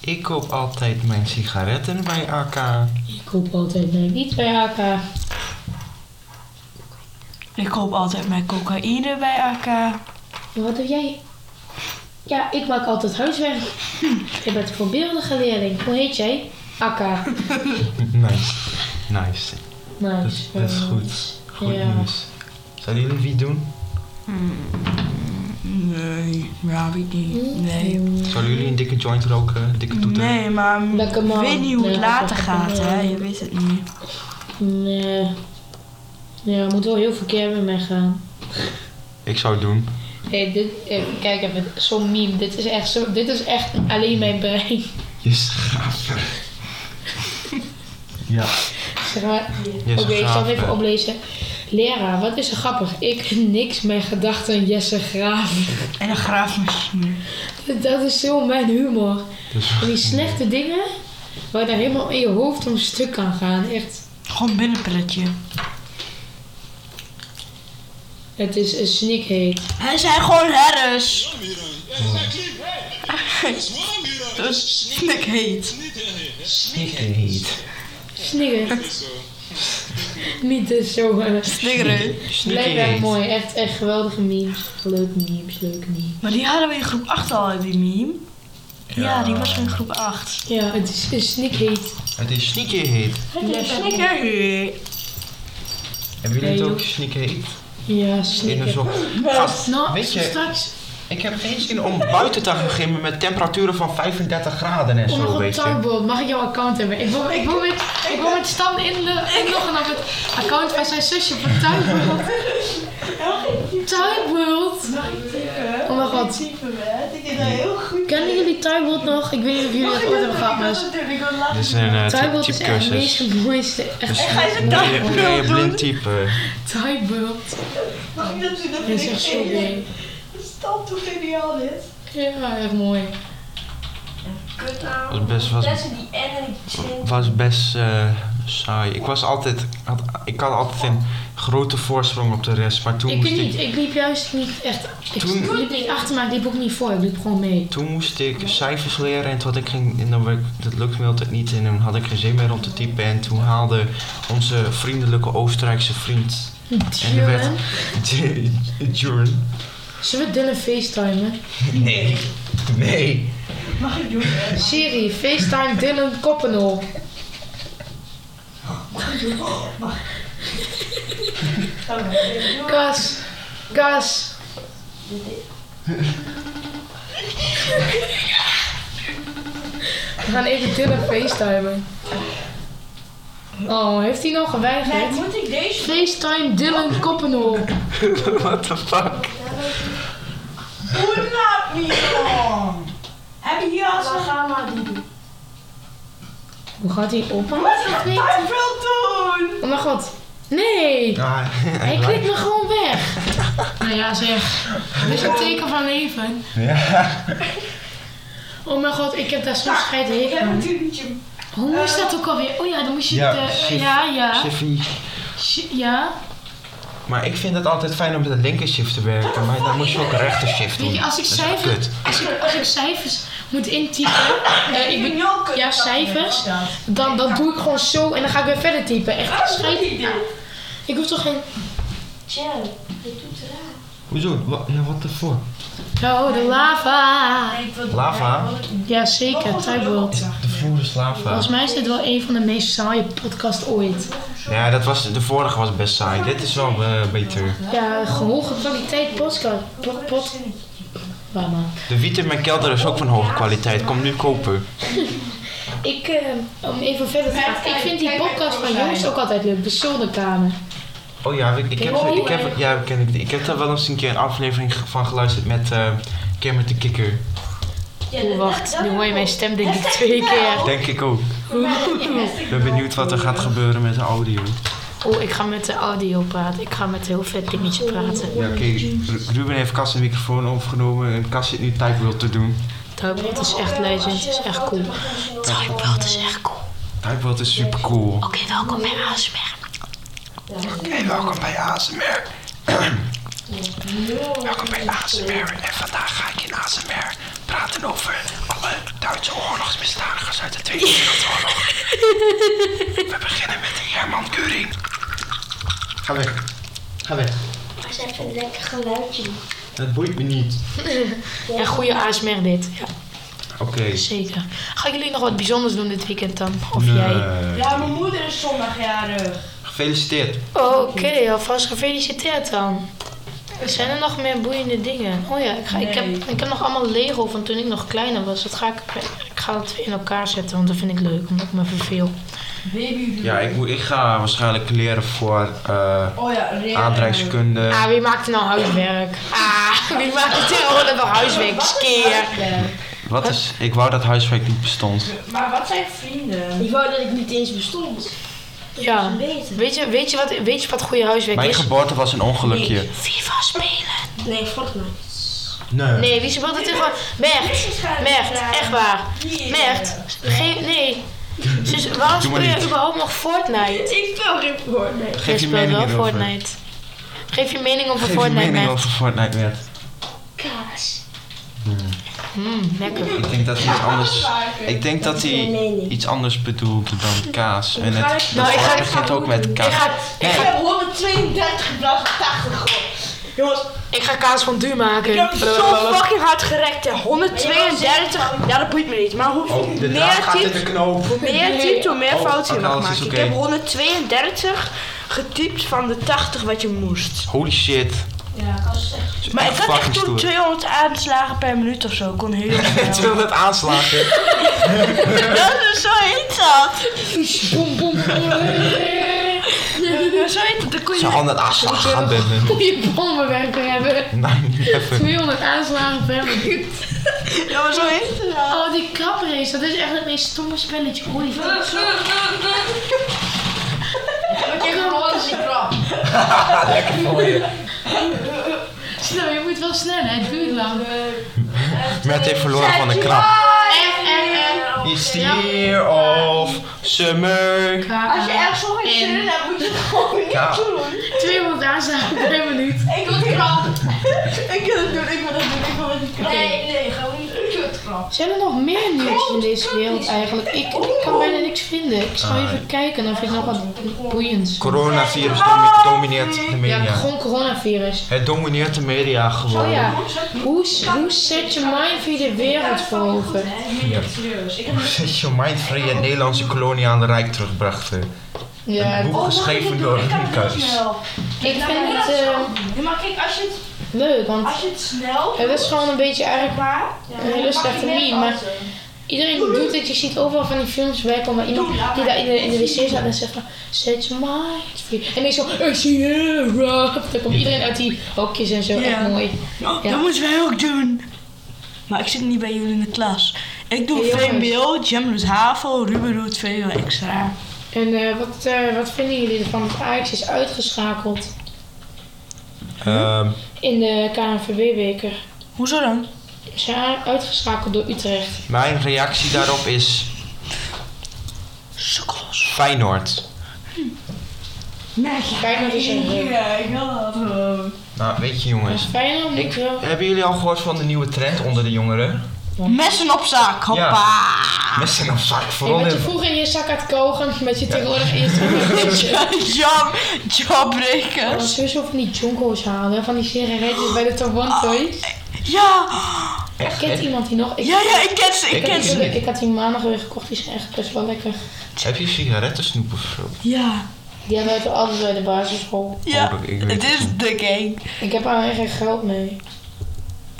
Ik koop altijd mijn sigaretten bij AK. Ik koop altijd mijn wiet bij elkaar. Ik koop altijd mijn cocaïne bij elkaar. Wat doe jij? Ja, ik maak altijd huiswerk. Je bent een voorbeeldige leerling. Hoe heet jij? Akka. [laughs] Nice. Nice. Nice. Dat, is- dat is goed. Goed Ja. nieuws. Zouden jullie wie doen? Nee, ja, weet niet. Nee. Zouden jullie een dikke joint roken? Een dikke toeter? Nee, maar Lekker ik man. weet niet hoe het Ja, later lekker gaat, man. hè. Je weet het niet. Nee. Nee, we moeten wel heel veel keer weer meegaan. Ik zou het doen. Hey, dit, even kijk even, zo'n meme. Dit is, echt zo, dit is echt alleen mijn brein. [laughs] Je schaper. ja. Zeg maar. Je Oké, ik zal het even schaper. oplezen. Leraar, wat is er grappig? Ik niks, mijn gedachten, Jesse Graaf. En een graafmachine. [laughs] Dat is zo mijn humor. Dus- En die slechte dingen, waar daar helemaal in je hoofd om stuk kan gaan. Echt. Gewoon binnenpretje. Het is een snikheet. Hij zijn gewoon herders. Warm hier aan. Ja, dat is lekker. Het is warm hier aan. Dus snik heet. Sneakerhead. Ik Sneakerhead. heet. Snikker. Zo. [laughs] Niet dus zo. eh, Hmm. Snikkerheet. Blijkbaar heet. mooi. Echt, echt geweldige memes. Leuke memes, leuke memes. Maar die hadden we in groep 8 al, hè, die meme. Ja, die was in groep 8. Ja, het is een snikheet. Het is sneakerheet. Ja, snikkerheet. Hebben jullie het Nee, ook joh. sneakerheet? Ja, In een snikker. sok. Gast, Nou, weet je- straks ik heb geen zin om buiten te gaan gimmen met temperaturen van 35 graden en Kom nog zo, op weet je. Tarbolt, mag ik jouw account hebben? Ik wil, ik wil, met, ik wil met Stan inlo- inloggen op het account van zijn zusje van Tarbolt. Tarbolt! Oh mijn god. Kennen jullie Tarbolt nog? Ik weet niet of jullie dat ooit hebben gehad, maar Dit is een eh, typ- Tarbolt is echt de typecursus. meest mooiste. Dus Echt Hij is een moet je- dag moet je blind typen. Tarbolt. Dat is echt zo mooi. Stop, hoe geniaal dit. Ja, echt mooi. Was best, was, was best eh, saai. Ik was altijd, had, ik had altijd een grote voorsprong op de rest, maar toen Ik, moest weet niet, ik, ik liep juist niet echt... Ik Toen- liep niet achter, maar ik liep ook niet voor. Ik liep gewoon mee. toen moest ik cijfers leren en toen had ik geen, en dan werd- dat lukte me altijd niet en dan had ik geen zin meer om te typen en toen haalde onze vriendelijke Oostenrijkse vriend en er werd Tjoen. [laughs] Jorn. Zullen we Dylan facetimen? Nee, nee. [laughs] Siri, FaceTime Dylan Koppenol. Kas, Kas. We gaan even Dylan facetimen. Oh, heeft hij nog geweigerd? Moet ik deze FaceTime Dylan Koppenol. What the fuck? Hoe laat niet dan? Heb je hier al zo'n Hoe gaat hij open? wil doen? Oh mijn god. Nee! Ah, Hij klikt me gewoon weg. nou ja, zeg. Dat is een teken van leven. Ja. Oh mijn god, ik heb daar zo'n scheid hekel aan. tuintje. Oh, Hoe moest dat ook alweer? Oh ja, dan moest je... Ja, de- shift. ja, ja. Siffy. Shi- Ja. Maar ik vind het altijd fijn om met een linker shift te werken, maar dan moet je ook een rechter shift doen. Weet je, als ik Dat is cijfers, kut. als ik, als ik cijfers moet intypen, eh, ik ben, ja, cijfers, dan, dan doe ik gewoon zo en dan ga ik weer verder typen. Echt scheid. Ik hoef toch geen... Tja, je doet raar. Hoezo? Wat, nou, wat ervoor? Oh, de lava. Nee, ik wil- Lava? Ja, Oh, zeker. dat is Tideworld. wel De voer is lava. Volgens mij is dit wel een van de meest saaie podcasts ooit. Ja, dat was, de vorige was best saai. Dit is wel eh, beter. Ja, hoge kwaliteit podcast. Pod, pod, Waar, man? De wiet in mijn kelder is ook van hoge kwaliteit. Kom nu kopen. Ik, eh, om even verder te gaan. Ik vind die podcast van jongens ook altijd leuk. De zolderkamer. Oh ja, ik, ik heb, ik heb, ja, ken ik, die. ik heb daar wel eens een keer een aflevering van geluisterd met eh Kermit de Kikker. Oeh, Oh, wacht. Nu hoor je [laughs] mijn stem denk ik twee keer. Denk ik ook. Ik ben benieuwd wat er gaat gebeuren met de audio. Oeh, Oh, ik ga met de audio praten. Ik ga met heel vet dingetje praten. Ja, oké. Ru- Ruben heeft Cas een microfoon opgenomen en Cas zit nu Typeworld te doen. Tuinbelt is echt legend. Het is echt cool. Tuinbelt is echt cool. Typeworld is super cool. Oké, welkom bij ASMR. Hey, welkom bij ASMR. welkom bij ASMR. En vandaag ga ik in ASMR praten over alle Duitse oorlogsmisdadigers uit de Tweede Wereldoorlog. We beginnen met Herman Göring. Ga weg. Ga weg. Dat is even een lekker geluidje. Dat boeit me niet. Ja, goede ASMR dit. Ja, Oké. zeker. Gaan jullie nog wat bijzonders doen dit weekend dan? Of jij? Ja, mijn moeder is zondagjarig. Gefeliciteerd. Oh, Oké, alvast gefeliciteerd dan. Zijn er nog meer boeiende dingen? Oh ja, ik, ga, ik, Nee. heb, ik heb nog allemaal Lego van toen ik nog kleiner was. Dat ga ik, ik ga het in elkaar zetten, want dat vind ik leuk, omdat ik me verveel. Baby. Ja, ik, moet, ik ga waarschijnlijk leren voor eh Oh ja, re- aardrijkskunde. Ah, wie maakt er nou huiswerk? Ah, wie maakt er tegenwoordig nog huiswerk? Skeer. Wat is, ik wou dat huiswerk niet bestond. Maar wat zijn vrienden? Ik wou dat ik niet eens bestond. Ja. Beter. Weet je, weet, je wat, weet je wat goede huiswerk Mijn is? geboorte was een ongelukje. FIFA spelen. Nee, Fortnite. Nee. Nee, wie speelt het tegen... Mert, Mert, echt waar. Mert, geen... Nee. Dus waarom Doe maar speel je niet. überhaupt nog Fortnite? Ik wil geen Fortnite. Geef je Jij mening speelt dus wel hierover. Fortnite. Geef je mening over Geef je Fortnite, mening Mert. over Fortnite, Mert. Kaas. Mm, lekker. Ik denk dat hij iets anders... Ik denk dat Nee, hij nee, nee. iets anders bedoelde dan kaas. En het, het Nou, ik ga- woord begint ook met Ik kaas. ga, ik, Nee. ga, 132 in plaats van 80 goh. Jongens, ik ga kaas van duur maken. ik heb zo fucking hard gerekt hè. 132, ja dat boeit me niet. Maar hoe Oh, de draad meer gaat in de typt, knoop. hoe meer typt, hoe meer Oh, fouten je oké, mag alles maken. is Ik oké. heb 132 getypt van de 80 wat je moest. Holy shit. Ja, Kaas is echt. Maar ik had echt fucking toen stoer. 200 aanslagen per minuut of zo. Ik kon [laughs] heel snel. 200 aanslagen. [laughs] Dat is zo heet dat. Boem, boem, [laughs] Ja, Zo heet dat. Dan kon je 200 aanslagen gaan binnen. je bommenwerker hebben. Nee, niet even. 200 aanslagen per minuut. Ja, maar zo heet het wel. Oh, die krabrace, dat is echt het meest stomme spelletje ooit. [laughs] [laughs] Lekker voor je. Snel, je moet wel snel, hè? het duurt lang. Mert heeft verloren van de krab. F, Eh, F, F. It's the year of summer. Als je ergens nog geen En- zin in hebt, moet je het gewoon niet Ja. doen. 200 [laughs] aanslagen per minuut. Ik wil die krap. ik wil het doen, ik wil het doen, ik wil het niet krap. Nee, nee, gewoon niet kutkrap. Zijn er nog meer nieuws in deze wereld eigenlijk? Ik, ik kan bijna niks vinden. Ik zal even kijken of ik nog wat boeiends. Coronavirus domi- domineert de Ja, media. gewoon coronavirus. Het domineert de media gewoon. [laughs] Oh ja, hoe, s- hoe zet je mind via de wereld voor over? Hoe zit je mind vrij het Nederlandse kolonie aan de Rijk terugbrachten? Ja, oh, Een boek Oh, Oh, geschreven door Lucas. ik vind het eh, Ja, maar kijk, als je het, leuk, want als je het snel het is gewoon een beetje eigenlijk maar... een hele slechte meme. Maar Iedereen doet het, je ziet overal van die films voorbij komen waar iemand die daar in de, in de wc staat en zegt van Set your mind free. En ik zo, it's here, Rob." [laughs] Dan komt iedereen uit die hokjes en zo, Ja. echt mooi. Ja. Dat moeten wij ook doen. Maar ik zit niet bij jullie in de klas. Ik doe Hey, jongens. VMBO, Jam doet HAVO, Ruben doet VWO extra. En eh, wat, eh, wat vinden jullie ervan dat Ajax is uitgeschakeld Ehm, in de KNVB-beker? Hoezo dan? Ze zijn a- uitgeschakeld door Utrecht. mijn reactie daarop is Sukkels. Feyenoord. Kijk maar eens even. Ja, ik wil dat wel. Nou, weet je Maar jongens. Feyenoord moet Ik, wel... hebben jullie al gehoord van de nieuwe trend onder de jongeren? Messen op zak, hoppa. Messen op zak, Je vooral wat Ah. je in... vroeger in je zak had kogen, met je tegenwoordig in je [laughs] zak Ja. [laughs] Job, jobbreakers. Mijn zus hoeft van die jonko's halen, van die sigaretjes bij de Oh, Taiwan Toys. Ja, Echt, Kent hè? iemand die nog? Ik, ja, ja, ik ken ze, ik Ik ik, ken had ken ze. die, ik had die maandag weer gekocht, die zijn echt best wel lekker. Heb je sigarettensnoep of [laughs] zo? Ja, Die hebben we altijd bij de basisschool. ja. Oh, ik weet Het het is niet. de gang. Ik heb er eigenlijk geen geld mee.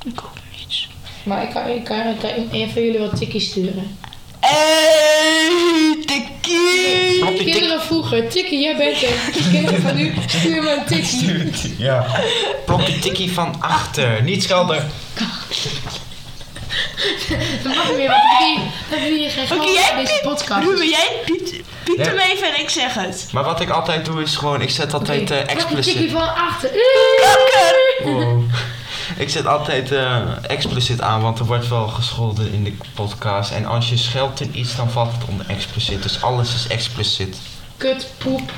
Ik hoop niets. Maar ik kan, ik kan, ik kan een van jullie wat tikkies sturen. Hey, tikkie. Klopt die tik? Kinderen vroeger, tikkie, jij [laughs] bent er. Die kinderen van nu, stuur me een tikkie. Ja. Plop die tikkie van achter, niet schelden. Dat mag niet meer, want dan heb je- dan heb je geen Oké, geld jij voor deze piep- podcast. Ruben, jij piet, piet Ja. hem even en ik zeg het. Maar wat ik altijd doe is gewoon, ik zet Oké, altijd eh, pak die tikkie explicit. van achter. Kakker. Wow. [laughs] Ik zet altijd eh, explicit aan, want er wordt wel gescholden in de podcast. En als je scheldt in iets, dan valt het onder explicit. Dus alles is explicit. Kut, poep,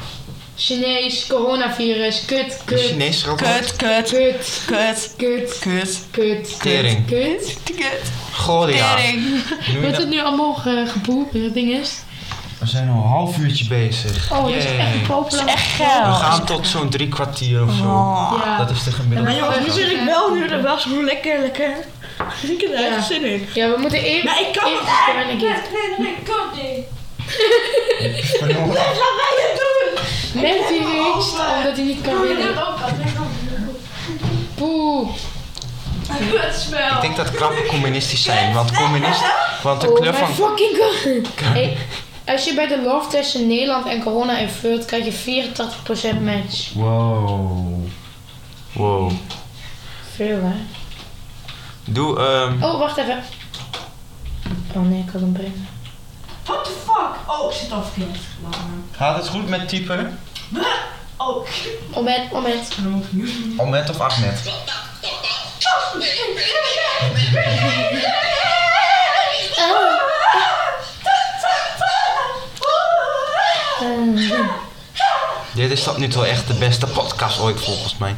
Chinees, coronavirus, kut, De kut, Chinees scheldt ook. Kut, kut, kut, kut, kut, kut, kut, Tering. kut. kut. Gloria. Tering. Noem je Wordt het dat? nu allemaal ge- geboekt, dat ding is? We zijn al een half uurtje bezig. Oh, dat is Yay. echt een Oh. Dat populair. is echt We geil. gaan tot zo'n drie kwartier of zo. Oh. Ja. Ah, Dat is de Maar gemiddelde. jongens, nu zit ik wel nu er was. Hoe lekker, lekker. Ik heb er Ja. echt zin in. Ja, we moeten even... Maar Nou, ik kan even het- even een keer- nee, nee, kan niet. [laughs] Wat gaan wij het doen? Merkt hij nu iets? Omdat hij niet kan Ik winnen. heb ook al, ik heb ook Poeh. al. Kutspel. Ik denk dat krabben communistisch zijn, want communist, want de kleur oh my van fucking god. Hey, als je bij de love test in Nederland en corona invult, krijg je 84% match. Wow. Wow. Veel hè? Doe, ehm Oh, wacht even. Oh nee, ik had hem brengen. What the fuck? Oh, ik zit al verkeerd. Laat maar. gaat het goed met typen? Oh, Moment, moment. [laughs] dan moet ik nu doen. Omet of Ahmed? Oh. Dit is tot nu toe echt de beste podcast ooit volgens mij.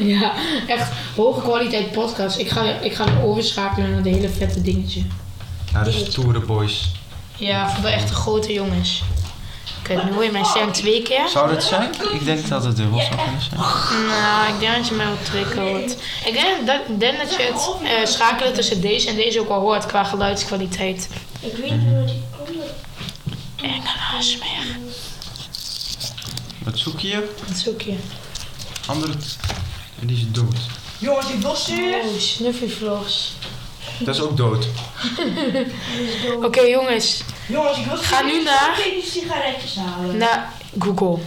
Ja, echt hoge kwaliteit podcast. Ik ga, ik ga weer overschakelen naar de hele vette dingetje. Nou, de stoere boys. Ja, voor de echte grote jongens. Kijk, nu hoor je mijn stem twee keer. Zou dat zijn? Ik denk dat het dubbel zou kunnen zijn. Nou, ik denk dat je mij wel twee keer hoort. Ik denk dat, denk dat je het eh, schakelen tussen deze en deze ook al hoort qua geluidskwaliteit. Ik weet niet waar die andere... En haast meer. Wat zoek je? Wat zoek je? Andere... En die is dood. Jongens, die was is. Oh, snuffyvlogs. Dat is ook dood. Oké jongens, Jongens, ik wil Ga nu naar- die sigaretjes halen. naar Google.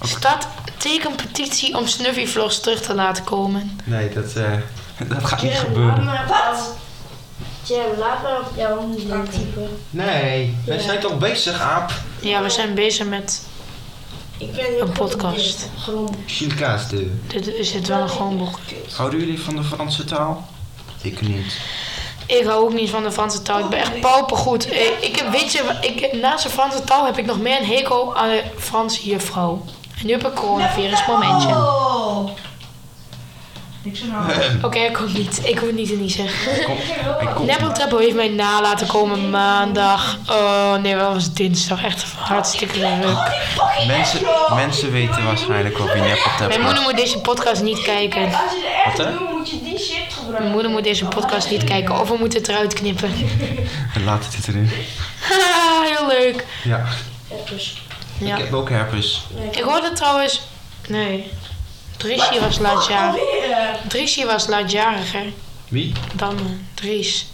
Stad teken petitie om snuffyvlogs terug te laten komen. Nee, dat, eh, [laughs] dat gaat niet Jam, laat gebeuren. maar Wat? Jam, laat maar op jouw moeder typen. Nee, wij zijn toch bezig, aap? Ja, we zijn bezig met... Ik ben heel Een podcast. goed in dit. Gewoon... Chilkaas de. Dit is dit wel een groenboek. Houden jullie van de Franse taal? Ik niet. Ik hou ook niet van de Franse taal. Ik ben echt paupergoed. Ik, ik heb, weet je, ik, naast de Franse taal heb ik nog meer een hekel aan de Franse juffrouw. En nu heb ik coronavirus, momentje. Oké, Oh. Niks aan de hand. ik hoef niet. Ik hoef niet en niet zeggen. Kom, hij komt. Neppel Treppel heeft mij na laten komen maandag. Oh nee, wat was het? dinsdag? Echt hartstikke leuk. Mensen, mensen weten waarschijnlijk wel wie Neppeltep Mijn moeder is. moet deze podcast niet kijken. Als je er echt Wat, hè? doet, moet je die shit gebruiken. Mijn moeder moet deze podcast niet kijken of we moeten het eruit knippen. [laughs] Laat het erin. Haha, heel leuk. Ja. Peppers. Ja. Ik heb ook herpes. Ik hoorde trouwens. Nee. Driesje was laatst Oh, jaar. Driesje was laatjarig, hè? Wie? Dan eh, Dries.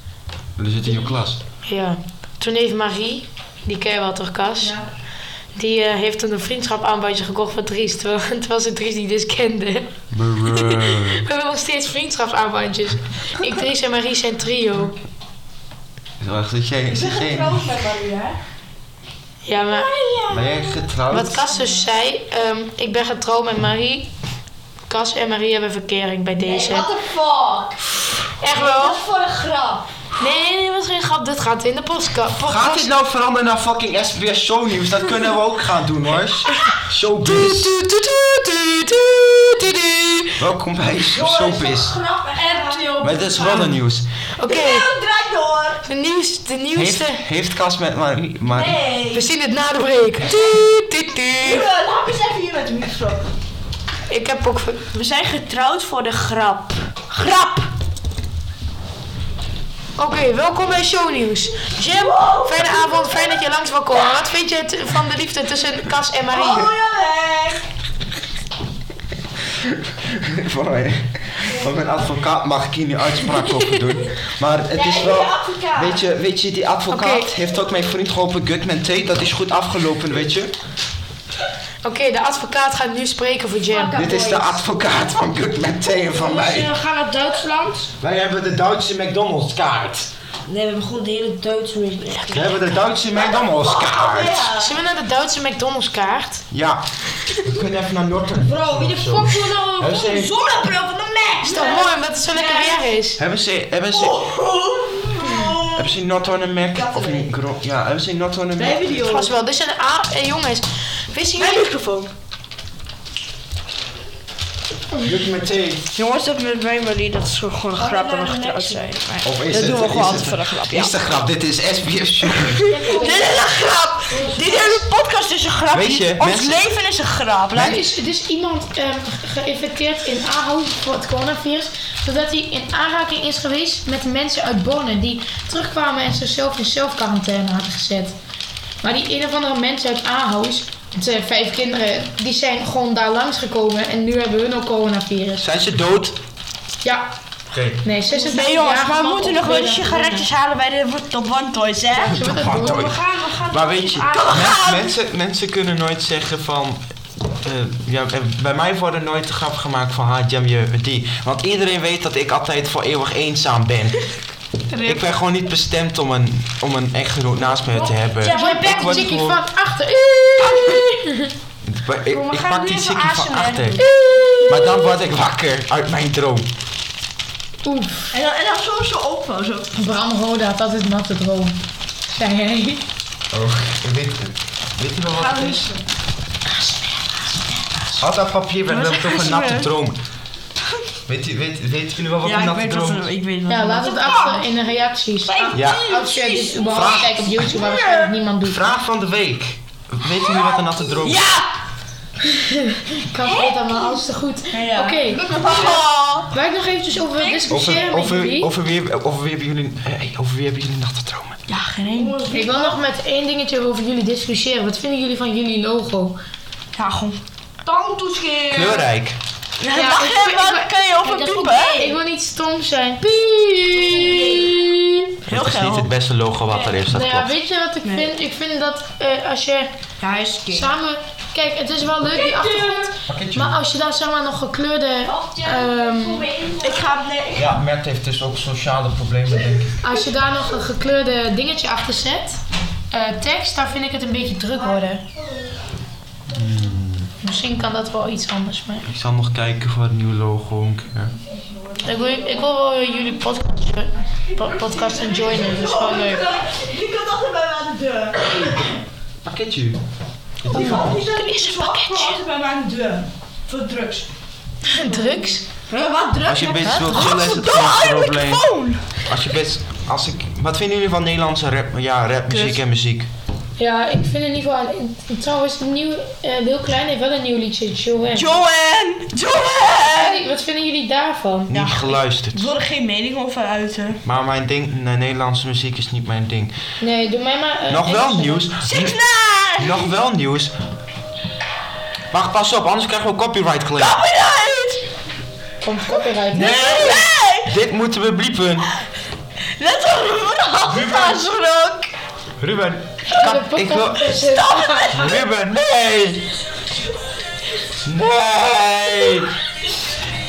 Er zit in jouw klas. Ja. Toen heeft Marie, die ken je wel toch, Kas? Ja. Die eh, heeft toen een vriendschap gekocht voor Dries. [laughs] Terwijl, terwijl ze Dries niet eens kende. [laughs] Brrr. We hebben nog steeds vriendschapsaanbandjes. Ik, Dries en Marie zijn trio. Wacht, zit jij, zit jij in- met Marie, hè? Ja, maar Ben jij wat getrouwd? Kas dus zei, ehm, ik ben getrouwd met Marie. Kas en Marie hebben verkering bij Nee, eh, what deze. the fuck? Echt wel? dus- Dat is voor een grap. Nee, nee, dat is geen grap. Dit gaat in de postka- Gaat podcast. dit nou veranderen naar fucking SBS Shownieuws? Dat kunnen we ook gaan doen hoor. Showbiz. Welkom bij Jongens, dat is Showbiz. een grap. En Maar dit is wel een nieuws. Oké, hoor. De nieuwste, de nieuwste. Heeft, heeft Cas met Marie... Marie. Nee. We zien het na de break. Tuut, tuut, tuut. Uwe, Laat me eens even hier met de microfoon. Ik heb ook... We zijn getrouwd voor de grap. Grap! Oké, welkom bij Shownieuws. Jim, fijne avond, fijn dat je langs wil komen. Wat vind je het- van de liefde tussen Cas en Marie? Oh, jawel. Voor mij. Want mijn advocaat mag ik hier niet uitspraak over doen. Maar het is wel... Weet je, weet je die advocaat Oké. heeft ook mijn vriend geholpen, Gutman T. Dat is goed afgelopen, weet je. Oké, de advocaat gaat nu spreken voor Jim. Dit is de advocaat van Gutman T en van mij. gaan naar Duitsland. Wij hebben de Duitse McDonald's kaart. Nee, we hebben gewoon de hele Duits mee. We hebben de Duitse McDonald's kaart. Zullen we naar de Duitse McDonald's kaart? Ja. We kunnen even naar Norton. Bro, wie de fuck Kom nou Hebben ze... Zonnebril van de Is mens! toch mooi omdat het zo lekker weer is? Hebben ze... Hebben ze... Hebben ze Norton en Mac? Of een gro- Oh. Ja, hebben ze Norton en Mac? Het was wel. Dus een a- eh, jongens, wisten jullie... microfoon. Gutman T. Jongens, dat met mijn manier, dat is gewoon Oh, een grap dat we getrouwd zijn. Maar Of Oh, is dat het... doen we gewoon is altijd het- voor de grap, ja. Is de grap, dit is SBS Show. Dit is een grap! Dit hele podcast is een grap. Weet je, Ons mensen- leven is een grap. Laat Er is, er is iemand ehm, ge- geïnfecteerd in Aarhus voor het coronavirus, zodat hij in aanraking is geweest met de mensen uit Bonn die terugkwamen en zichzelf in zelfquarantaine hadden gezet. Maar die een of andere mensen uit Aarhus, het zijn vijf kinderen, die zijn gewoon daar langs gekomen en nu hebben hun ook coronavirus. Zijn ze dood? Ja, Oké. nee, 26 Nee jongens, maar we moeten nog wel sigaretjes halen bij de Top One Toys, hè? Wat ooit. Maar weet je, men- mensen, mensen kunnen nooit zeggen van... eh, ja, eh, bij mij worden nooit de grap gemaakt van ha, Jam, je bent die. Want iedereen weet dat ik altijd voor eeuwig eenzaam ben. Ik ben gewoon niet bestemd om een, om een echtgenoot naast me te hebben. Ja, maar Ik back word chickie gewoon- van achter. Ah! Oeh. Maar Ik, ik gaan pak nu die even sikkie van ASMR achter. Maar dan word ik wakker uit mijn droom. En dan, en dan zo zo open. Zo. Bram Roda had altijd natte droom, zei hij. Oh, weet, weet je wel wat het is? Had dat papier, we hebben toch een natte droom. Weet, je- weet, weet jullie wel wat Ja, een ik natte weet droom wat is? er- ik weet wat Ja, er- laat het achter in de reacties. Ja, Als je dit überhaupt kijkt op YouTube, waar waarschijnlijk niemand doet. vraag van de week. Weet jullie wat een natte droom is? Ik kan het allemaal alles te goed. ja. Oké, Oh. waar ik nog eventjes over wil Of discussiëren er- met of er- jullie. of er weer of er weer hebben jullie hey, of er weer hebben jullie natte dromen? Ja, geen één. Ik wil nog met één dingetje over jullie discussiëren. Wat vinden jullie van jullie logo? Ja, gewoon. Kleurrijk. Ja, mag ik- je, ik- wat kan je over piepen? Ik wil niet stom zijn. Piep. Heel dat is niet het geil. beste logo wat er is, dat Nou ja, klopt. weet je wat ik vind? Ik vind dat eh, als je Ja, hij is gay. samen... Kijk, het is wel leuk die eh. achtergrond. Maar als je daar zeg maar nog gekleurde... Eh, ehm, Ik ga nee. Ja, Mert heeft dus ook sociale problemen, denk ik. Als je daar nog een gekleurde dingetje achter zet, eh, tekst, dan vind ik het een beetje druk worden. Hmm. Misschien kan dat wel iets anders, maar Ik zal nog kijken voor een nieuw logo een keer. ik wil, ik wil wel jullie podcast, po- podcast joinen, dat is gewoon leuk. Je kunt altijd bij me aan de deur. Pakketje. Er is een pakketje. altijd bij me aan de deur. Voor drugs. Drugs? Wat drugs? Als je best wilt chillen is het geen probleem. Als je best, als ik, wat vinden jullie van Nederlandse rap, ja, rapmuziek en muziek? Ja, ik vind het niet wel. Trouwens, nieuw, eh, heel klein heeft wel een nieuw liedje, Joanne. Joanne! Joanne! Wat vinden jullie daarvan? Niet geluisterd. Ik wil er geen mening over uiten. Maar mijn ding, nee, Nederlandse muziek is niet mijn ding. Nee, doe mij maar. eh, Nog wel Engelse. nieuws. Nu- Nog wel nieuws. Wacht, pas op, anders krijgen we een copyright claim. Komt copyright. Nee! Dit moeten we bliepen. Let op, we worden altijd groot. Ruben. de kap- ik wil... podcast is, eh, Ruben, nee! Nee!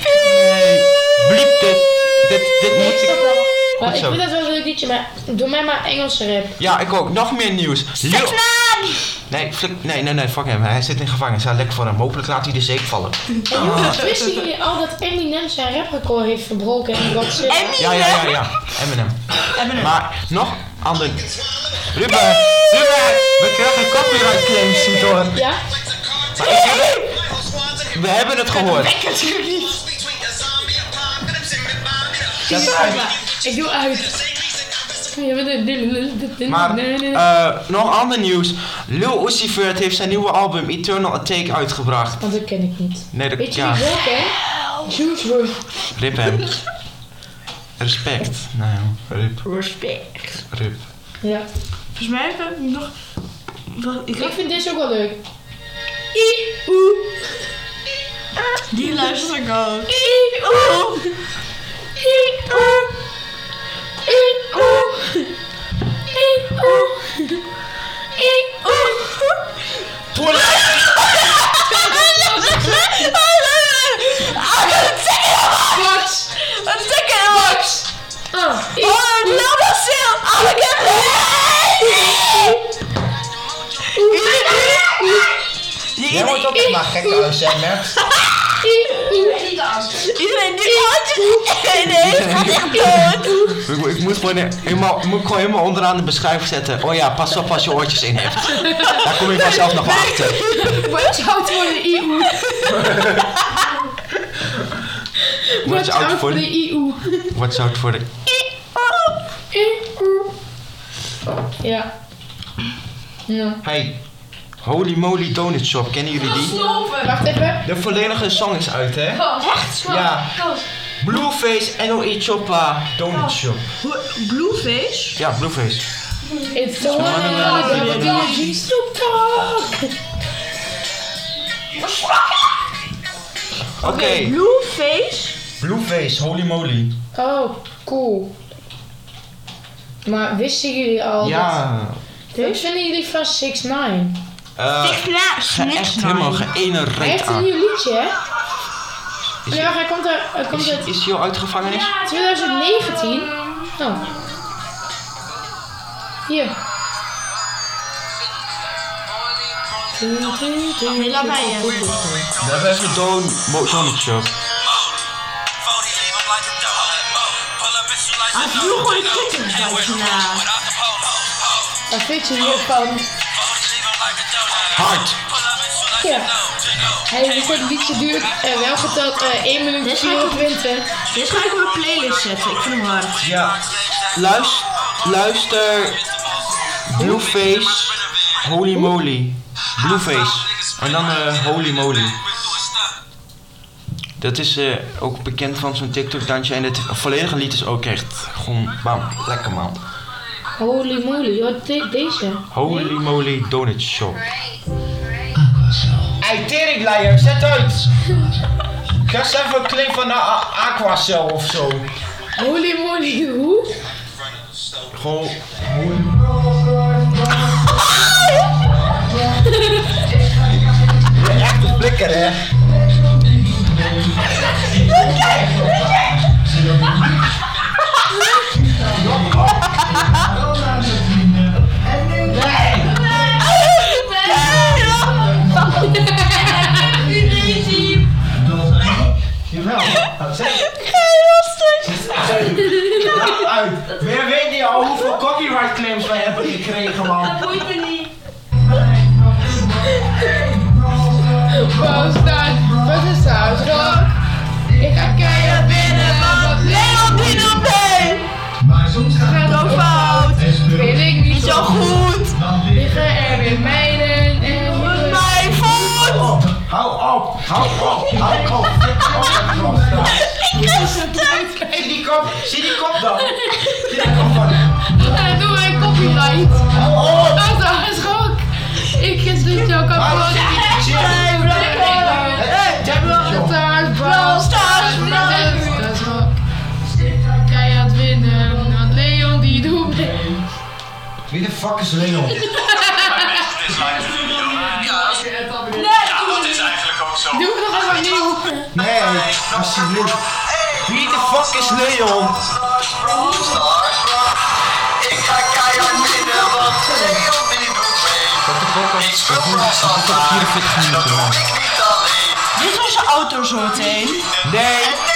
Nee! Bliep dit. Dit, dit moet ik... Maar Goed ik zo. vind dat wel een leuk liedje, maar doe mij maar Engelse rap. Ja, ik ook. Nog meer nieuws. Lil... Nee, flik... Nee, nee, nee, fuck hem. Hij zit in gevangenis. Hij lekt voor hem. Hopelijk laat hij de zeep vallen. En jongens, wisten jullie al dat Eminem zijn raprecord heeft verbroken in Godzilla? Ja, ja, ja, ja. Eminem. Maar nog ander... Ruben! Ruben! We krijgen copyright claims hierdoor. Ja? Maar ik heb- We hebben het gehoord. Dat- Ik doe uit. Maar eh, nog ander nieuws. Lil Uzi Vert heeft zijn nieuwe album Eternal Attack uitgebracht. Want dat ken ik niet. Nee, dat Weet je eh, ja, wie ik wel ken? Juice WRLD. rip [laughs] hem. Respect. Nou ja, rip, Respect. rip. Ja. Volgens mij heb ik nog... Wacht, Ik Ik vind deze ook wel leuk. Die luister ik ook. Wat is dat Wat? Ah, ik- Oh, nou dat zil! Oh, ik heb Jij wordt ook maar gek als jij merkt. Iedereen die handjes [laughs] in heeft, gaat echt dood. [laughs] Ik, ik moet gewoon helemaal, ik moet gewoon helemaal onderaan de beschrijving zetten. Oh ja, pas op als je oortjes in hebt. Daar kom je vanzelf nog wel [laughs] achter. Watch out for the EU. dus Watch out for the... the EU. Watch out for the... Ja. Ja. Hey, Holy Moly Donut Shop, kennen jullie die? Wacht even. De volledige song is uit, hè? Oh, Echt? Ja. Blueface NOE Choppa Donut Shop. Blueface? Ja, Blueface. It's the one and only Babaji Snoop Dogg. Oké, Blueface? Blueface, Holy Moly. Oh, cool. Maar wisten jullie al Ja. dat... Wat vinden jullie van 6 ix 9 Eh, Klaas, ga echt helemaal geen ene Hij reet heeft een aan. nieuw liedje, hè? Is Ja, hij, hij komt er... Hij komt is, uit is hij al uit gevangenis? 2019. Oh. Hier. Laat mij even. Dat is de Donut Mo- Donut Shop. Hij vroeg gewoon een kikkersduitje na. Wat vind je hiervan? Hard. Ja. Hij heeft dit liedje duurt eh, wel geteld eh 1 minuut Dit ga ik op- 24. Dit ga ik op mijn playlist zetten, ik vind hem hard. Ja. Luister, luister. Blueface, Holy Moly. Blueface. En dan eh, Holy Moly. Dat is eh, ook bekend van zo'n TikTok-dansje. En het volledige lied is ook echt gewoon bam, lekker man. Holy moly, wat de- deze? Holy Moly Donut Shop. Hey, teringleier, zet uit! Dat is even een klink van de A- Aquacel of zo. Holy moly, hoe? [laughs] Gewoon. Echt een blikker, hè? Jawel, dat zeg ik. Ga uit. Meer weet niet al hoeveel copyright claims wij hebben gekregen, man. Wat staat? Wat is dat? Ik ga keihard binnen, want Leon die doet mee! Zo Oh, fout! Vind ik niet Zo goed! liggen er weer mijnen en Mijn voet! Hou op, hou op, hou op. Dit kan ook nog staan. Zie die kop, zie die kop dan. Zie die kop van. Ja, doe mijn copyright. Hou op. Oh, dat is ook. Ik is dus ook kapot. Zie je? Hé, Debbie, joh. Brawl Stars, Dat is rock. Keihard winnen, want Leon die doet mee. Wie de fuck is Leon? Doe het nog even nieuw. Nee, alsjeblieft. Wie de fuck is Leon? Dat de podcast. Dat duurt 44 minuten lang. Dit is onze auto zo meteen. Nee. Mooi.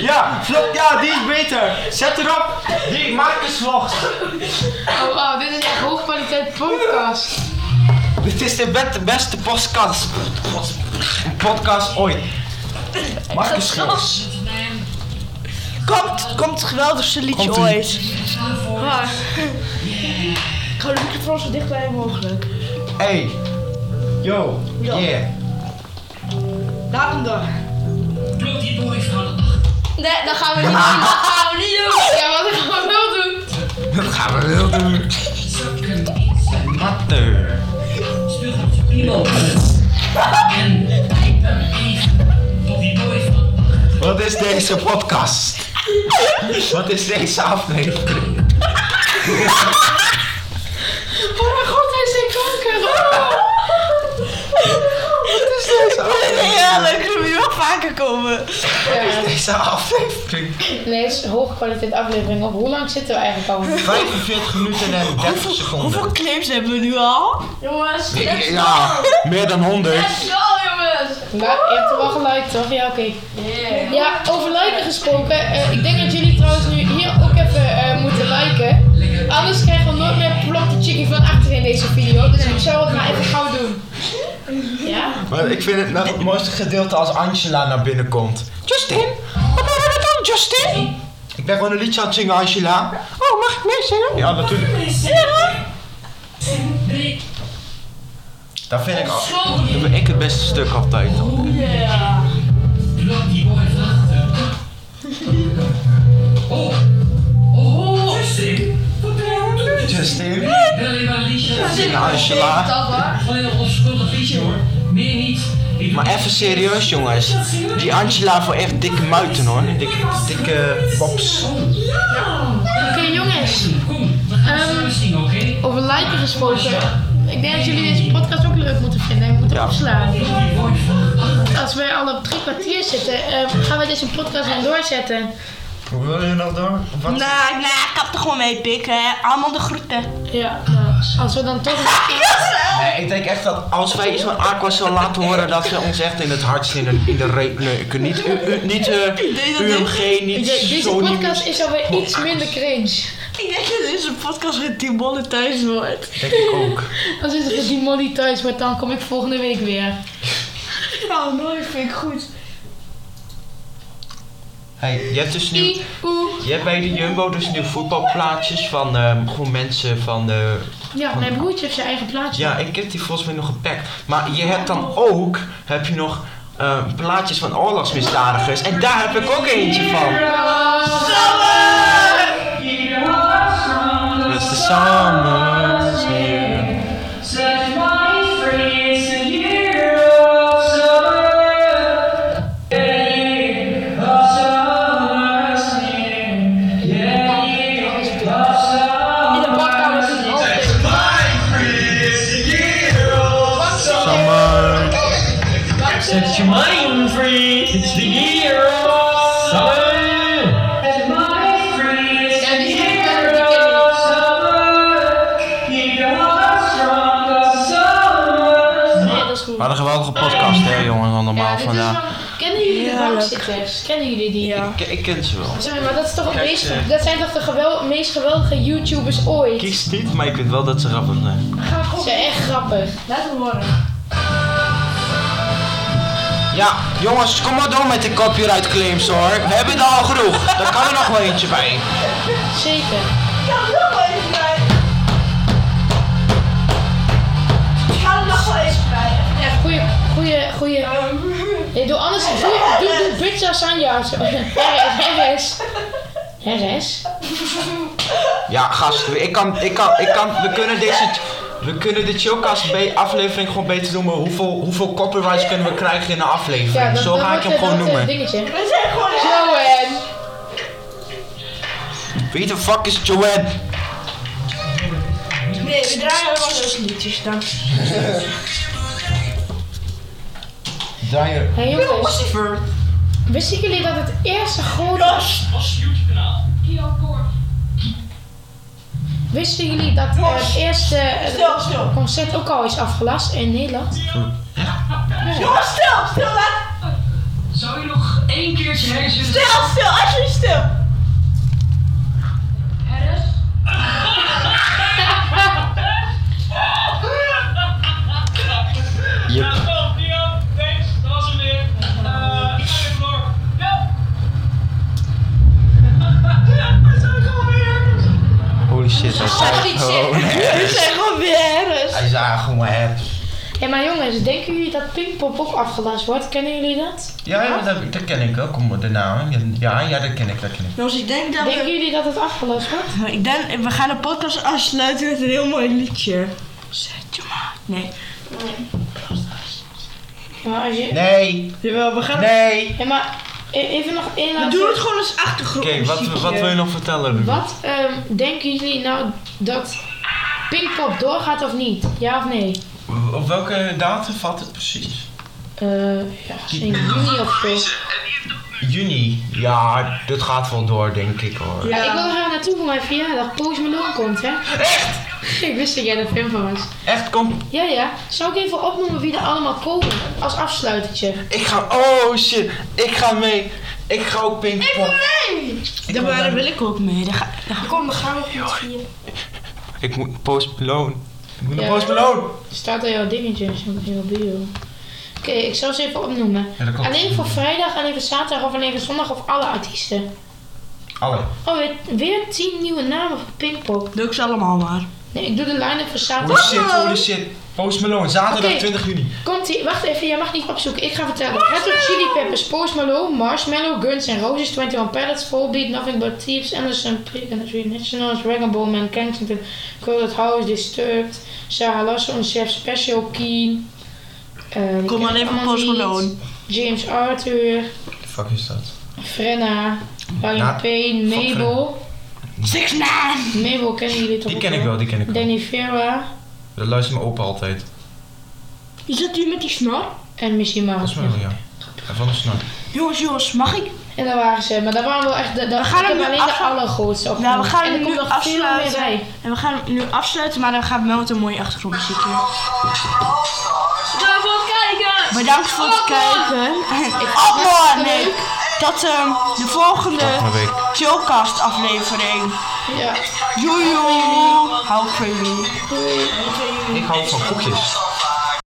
Ja, vlug, ja, die is beter. Zet erop. Die Marcus vlogt. Oh, wow, dit is echt hoogkwaliteit podcast. Dit is de bet- beste podcast. Podcast ooit. Marcus Schills. Komt, komt het geweldigste liedje Komt-ie. ooit. [laughs] Ik hou de microfoon zo dichtbij mogelijk. Hey. Yo. Yeah. Laat hem dan. Nee, dat gaan we niet doen. Dat gaan we niet doen. Ja, wat gaan we wel doen? Dat gaan we heel doen. Wat de? Wat is deze podcast? Wat is deze aflevering? Oh mijn god, hij is in kanker. Wat is deze aflevering? Heerlijk, dat moet je wel vaker komen. Wat is deze aflevering? Nee, het is een hoogkwaliteit aflevering op. Hoe lang zitten we eigenlijk al? 45 minuten en 30 Hoeveel seconden. claims hebben we nu al? Jongens, let's go! Ja, meer dan 100. Let's go, jongens! Maar je hebt er wel gelijk, toch? Ja, oké. Yeah. Ja, over liken gesproken. eh, ik denk dat jullie trouwens nu hier ook even eh, moeten liken. Anders krijgen we nooit meer plop de chickie van achter in deze video. Dus ik zou het maar even gauw doen. Ja? Maar ik vind het nou het mooiste gedeelte als Angela naar binnen komt. Justin, wat ben je dan, Justin? Ik ben gewoon een liedje aan het zingen, Angela. Oh, mag ik meezingen? Ja, natuurlijk. Dat vind ik al. Dat ben ik het beste stuk altijd. Oh, Justin. Justin, Angela. Maar even serieus jongens, die Angela voor echt dikke muiten hoor. Dikke, dikke pops. Oh. Oké jongens, Ehm over liken gesproken. Ik denk dat jullie deze podcast ook leuk moeten vinden en moeten Ja. opslaan. Als wij al op drie kwartier zitten, ehm, gaan wij deze podcast dan doorzetten. Hoe wil je nog door? Wat? Nou, nou, kap er gewoon mee, pik. Hè. Allemaal de groeten. Ja, nou, als we dan toch... Nee, ik denk echt dat als wij iets van Aqua zo laten horen, dat ze ons echt in het hart in de, in de reet neuken. Niet, u, u- niet eh, UMG, niet De- deze zo niet. podcast is alweer iets minder cringe. Ik denk dat deze podcast weer Timon thuis wordt. Denk ik ook. Als is er die Molly thuis wordt, dan kom ik volgende week weer. Nou, nooit vind ik goed. Hey, je hebt dus nu, I, oe. je hebt bij de Jumbo dus nu voetbalplaatjes van ehm, gewoon mensen van de... Ja, mijn broertje heeft zijn eigen plaatje. Ja, ik heb die volgens mij nog gepakt. Maar je hebt dan ook, heb je nog ehm, plaatjes van oorlogsmisdadigers. En daar heb ik ook eentje van. It's the summer's here. In de badkamer is het altijd. Summer. Set your mind free. It's the year of summer. Set your mind free. Ja, It's the die zijn year verder, die ken ik. of summer. Keep your heart strong. 'cause summer's Nee, dat is goed. Wat een geweldige podcast, hè, jongens, Ja, allemaal dit is vandaag. wel- Kennen jullie de bankzitters? Kennen jullie die? Ik, ik ken ze wel. Sorry, maar dat, is toch het Kijk, meest, eh. dat zijn toch de gewel- meest geweldige YouTubers ooit? Kies niet, maar ik weet wel dat ze grappig zijn. Ze zijn echt grappig. Laat hem horen. Ja, jongens, kom maar door met de copyright claims hoor. We hebben er al genoeg. Daar kan er nog wel eentje bij. Zeker. Ik ga er nog wel even bij. Ik ga er nog wel even bij. Ja, goeie, goeie, goeie. Nee, doe anders. Doe, doe, doe bitch lasagne. of zo. [laughs] Heres. Heres? Ja, gast, ik kan, ik kan, ik kan, we kunnen deze, we kunnen de Chillcast B aflevering gewoon beter noemen. Hoeveel, hoeveel copyrights kunnen we krijgen in een aflevering? Zo ga ik wordt, hem eh, gewoon dat, eh, noemen. dingetje. We zijn gewoon Johan. Wie de fuck is Joanne? Nee, we draaien wel eens liedjes dan. Draaier. Hey jongens, Lucifer. wisten jullie dat het eerste grote... Wisten jullie dat eh, het eerste eh, Stil, stil. concert ook al is afgelast in Nederland? Jongens, stil, stil, laat. Zou je nog één keertje heen zullen? Stil, stil, alsjeblieft stil. [laughs] hebt. Ja, maar jongens, denken jullie dat Pinkpop ook afgelast wordt? Kennen jullie dat? Ja, ja dat, dat ken ik wel. Kom, de naam. Ja, ja, dat ken ik, dat ken ik. Jongens, ik denk dat Denken we... jullie dat het afgelast wordt? Ik denk, we gaan de podcast afsluiten met een heel mooi liedje. Zet je maar. Nee. Maar als je... Nee, Jawel, we gaan... nee. Ja, maar e- even nog één We laatste- doen het gewoon als Oké, achtergrond. wat, wat wil je nog vertellen, Ruben? Wat ehm, denken jullie nou dat Pinkpop doorgaat of niet? Ja of nee? W- Op welke datum valt het precies? Eh ja, in juni of zo. Juni. Ja, dat gaat wel door, denk ik hoor. Ja. ik wil er graag naartoe voor mijn verjaardag. Post Malone komt, hè? Echt? ik wist dat jij er fan van was. Echt, kom. Ja, ja. Zou ik even opnoemen wie er allemaal komen? Als afsluitertje. Ik ga. Oh shit, ik ga mee. Ik ga ook pingpong. Daar daar wil ik ook mee. Daar ga- Kom, we gaan op het vieren. Ik moet post Malone. Ik moet Ja. naar post Malone. Staat al jouw dingetje in jouw bio. Oké, ik zal ze even opnoemen. Ja, dat klopt. Alleen voor vrijdag, alleen voor zaterdag of alleen voor zondag of alle artiesten. Alle. Oh, weer, weer tien nieuwe namen voor Pinkpop. Doe ik ze allemaal maar. Nee, ik doe de line-up voor Oh, Holy zaterdag. shit, holy shit. Post Malone, zaterdag Oké. 20 juni. Komt ie, wacht even, jij mag niet opzoeken. Ik ga vertellen. Oh, Red Hot Chili Peppers, Post Malone, Marshmallow, Guns N' Roses, 21 Pilots, Volbeat, Nothing But Thieves, Anderson, Pig and the Three Nationals, Dragon Ball Man, Kensington, Cold House, Disturbed, Sarah Lasso, Chef Special, Keen. eh, die Kom maar ken ik even allemaal Post niet. Malone. James Arthur, Fuck is dat? Frenna, Ryan Ja, Payne, fuck Mabel. Six nine. Mabel kennen jullie toch Die ook ken ik wel, die ken ik wel. Danny Vera Dat luistert mijn opa altijd. Is dat u met die snor? en Missy Mouse. Post Malone, ja. En van de snor. Jongens, jongens, mag ik? En daar waren ze, maar daar waren wel echt. Daar, we gaan hem nu alleen de afslu- allergrootste op. Nou, we gaan en hem er komt nu nog veel meer afsluiten. bij. En we gaan hem nu afsluiten, maar dan gaan we wel met een mooie achtergrondmuziekje. Bedankt voor het kijken! Bedankt voor het kijken. En ik hoop leuk dat ehm, de volgende Volgende week. Chillcast aflevering. Ja. Joejoe. Hou ik van jullie. Ik hou van koekjes.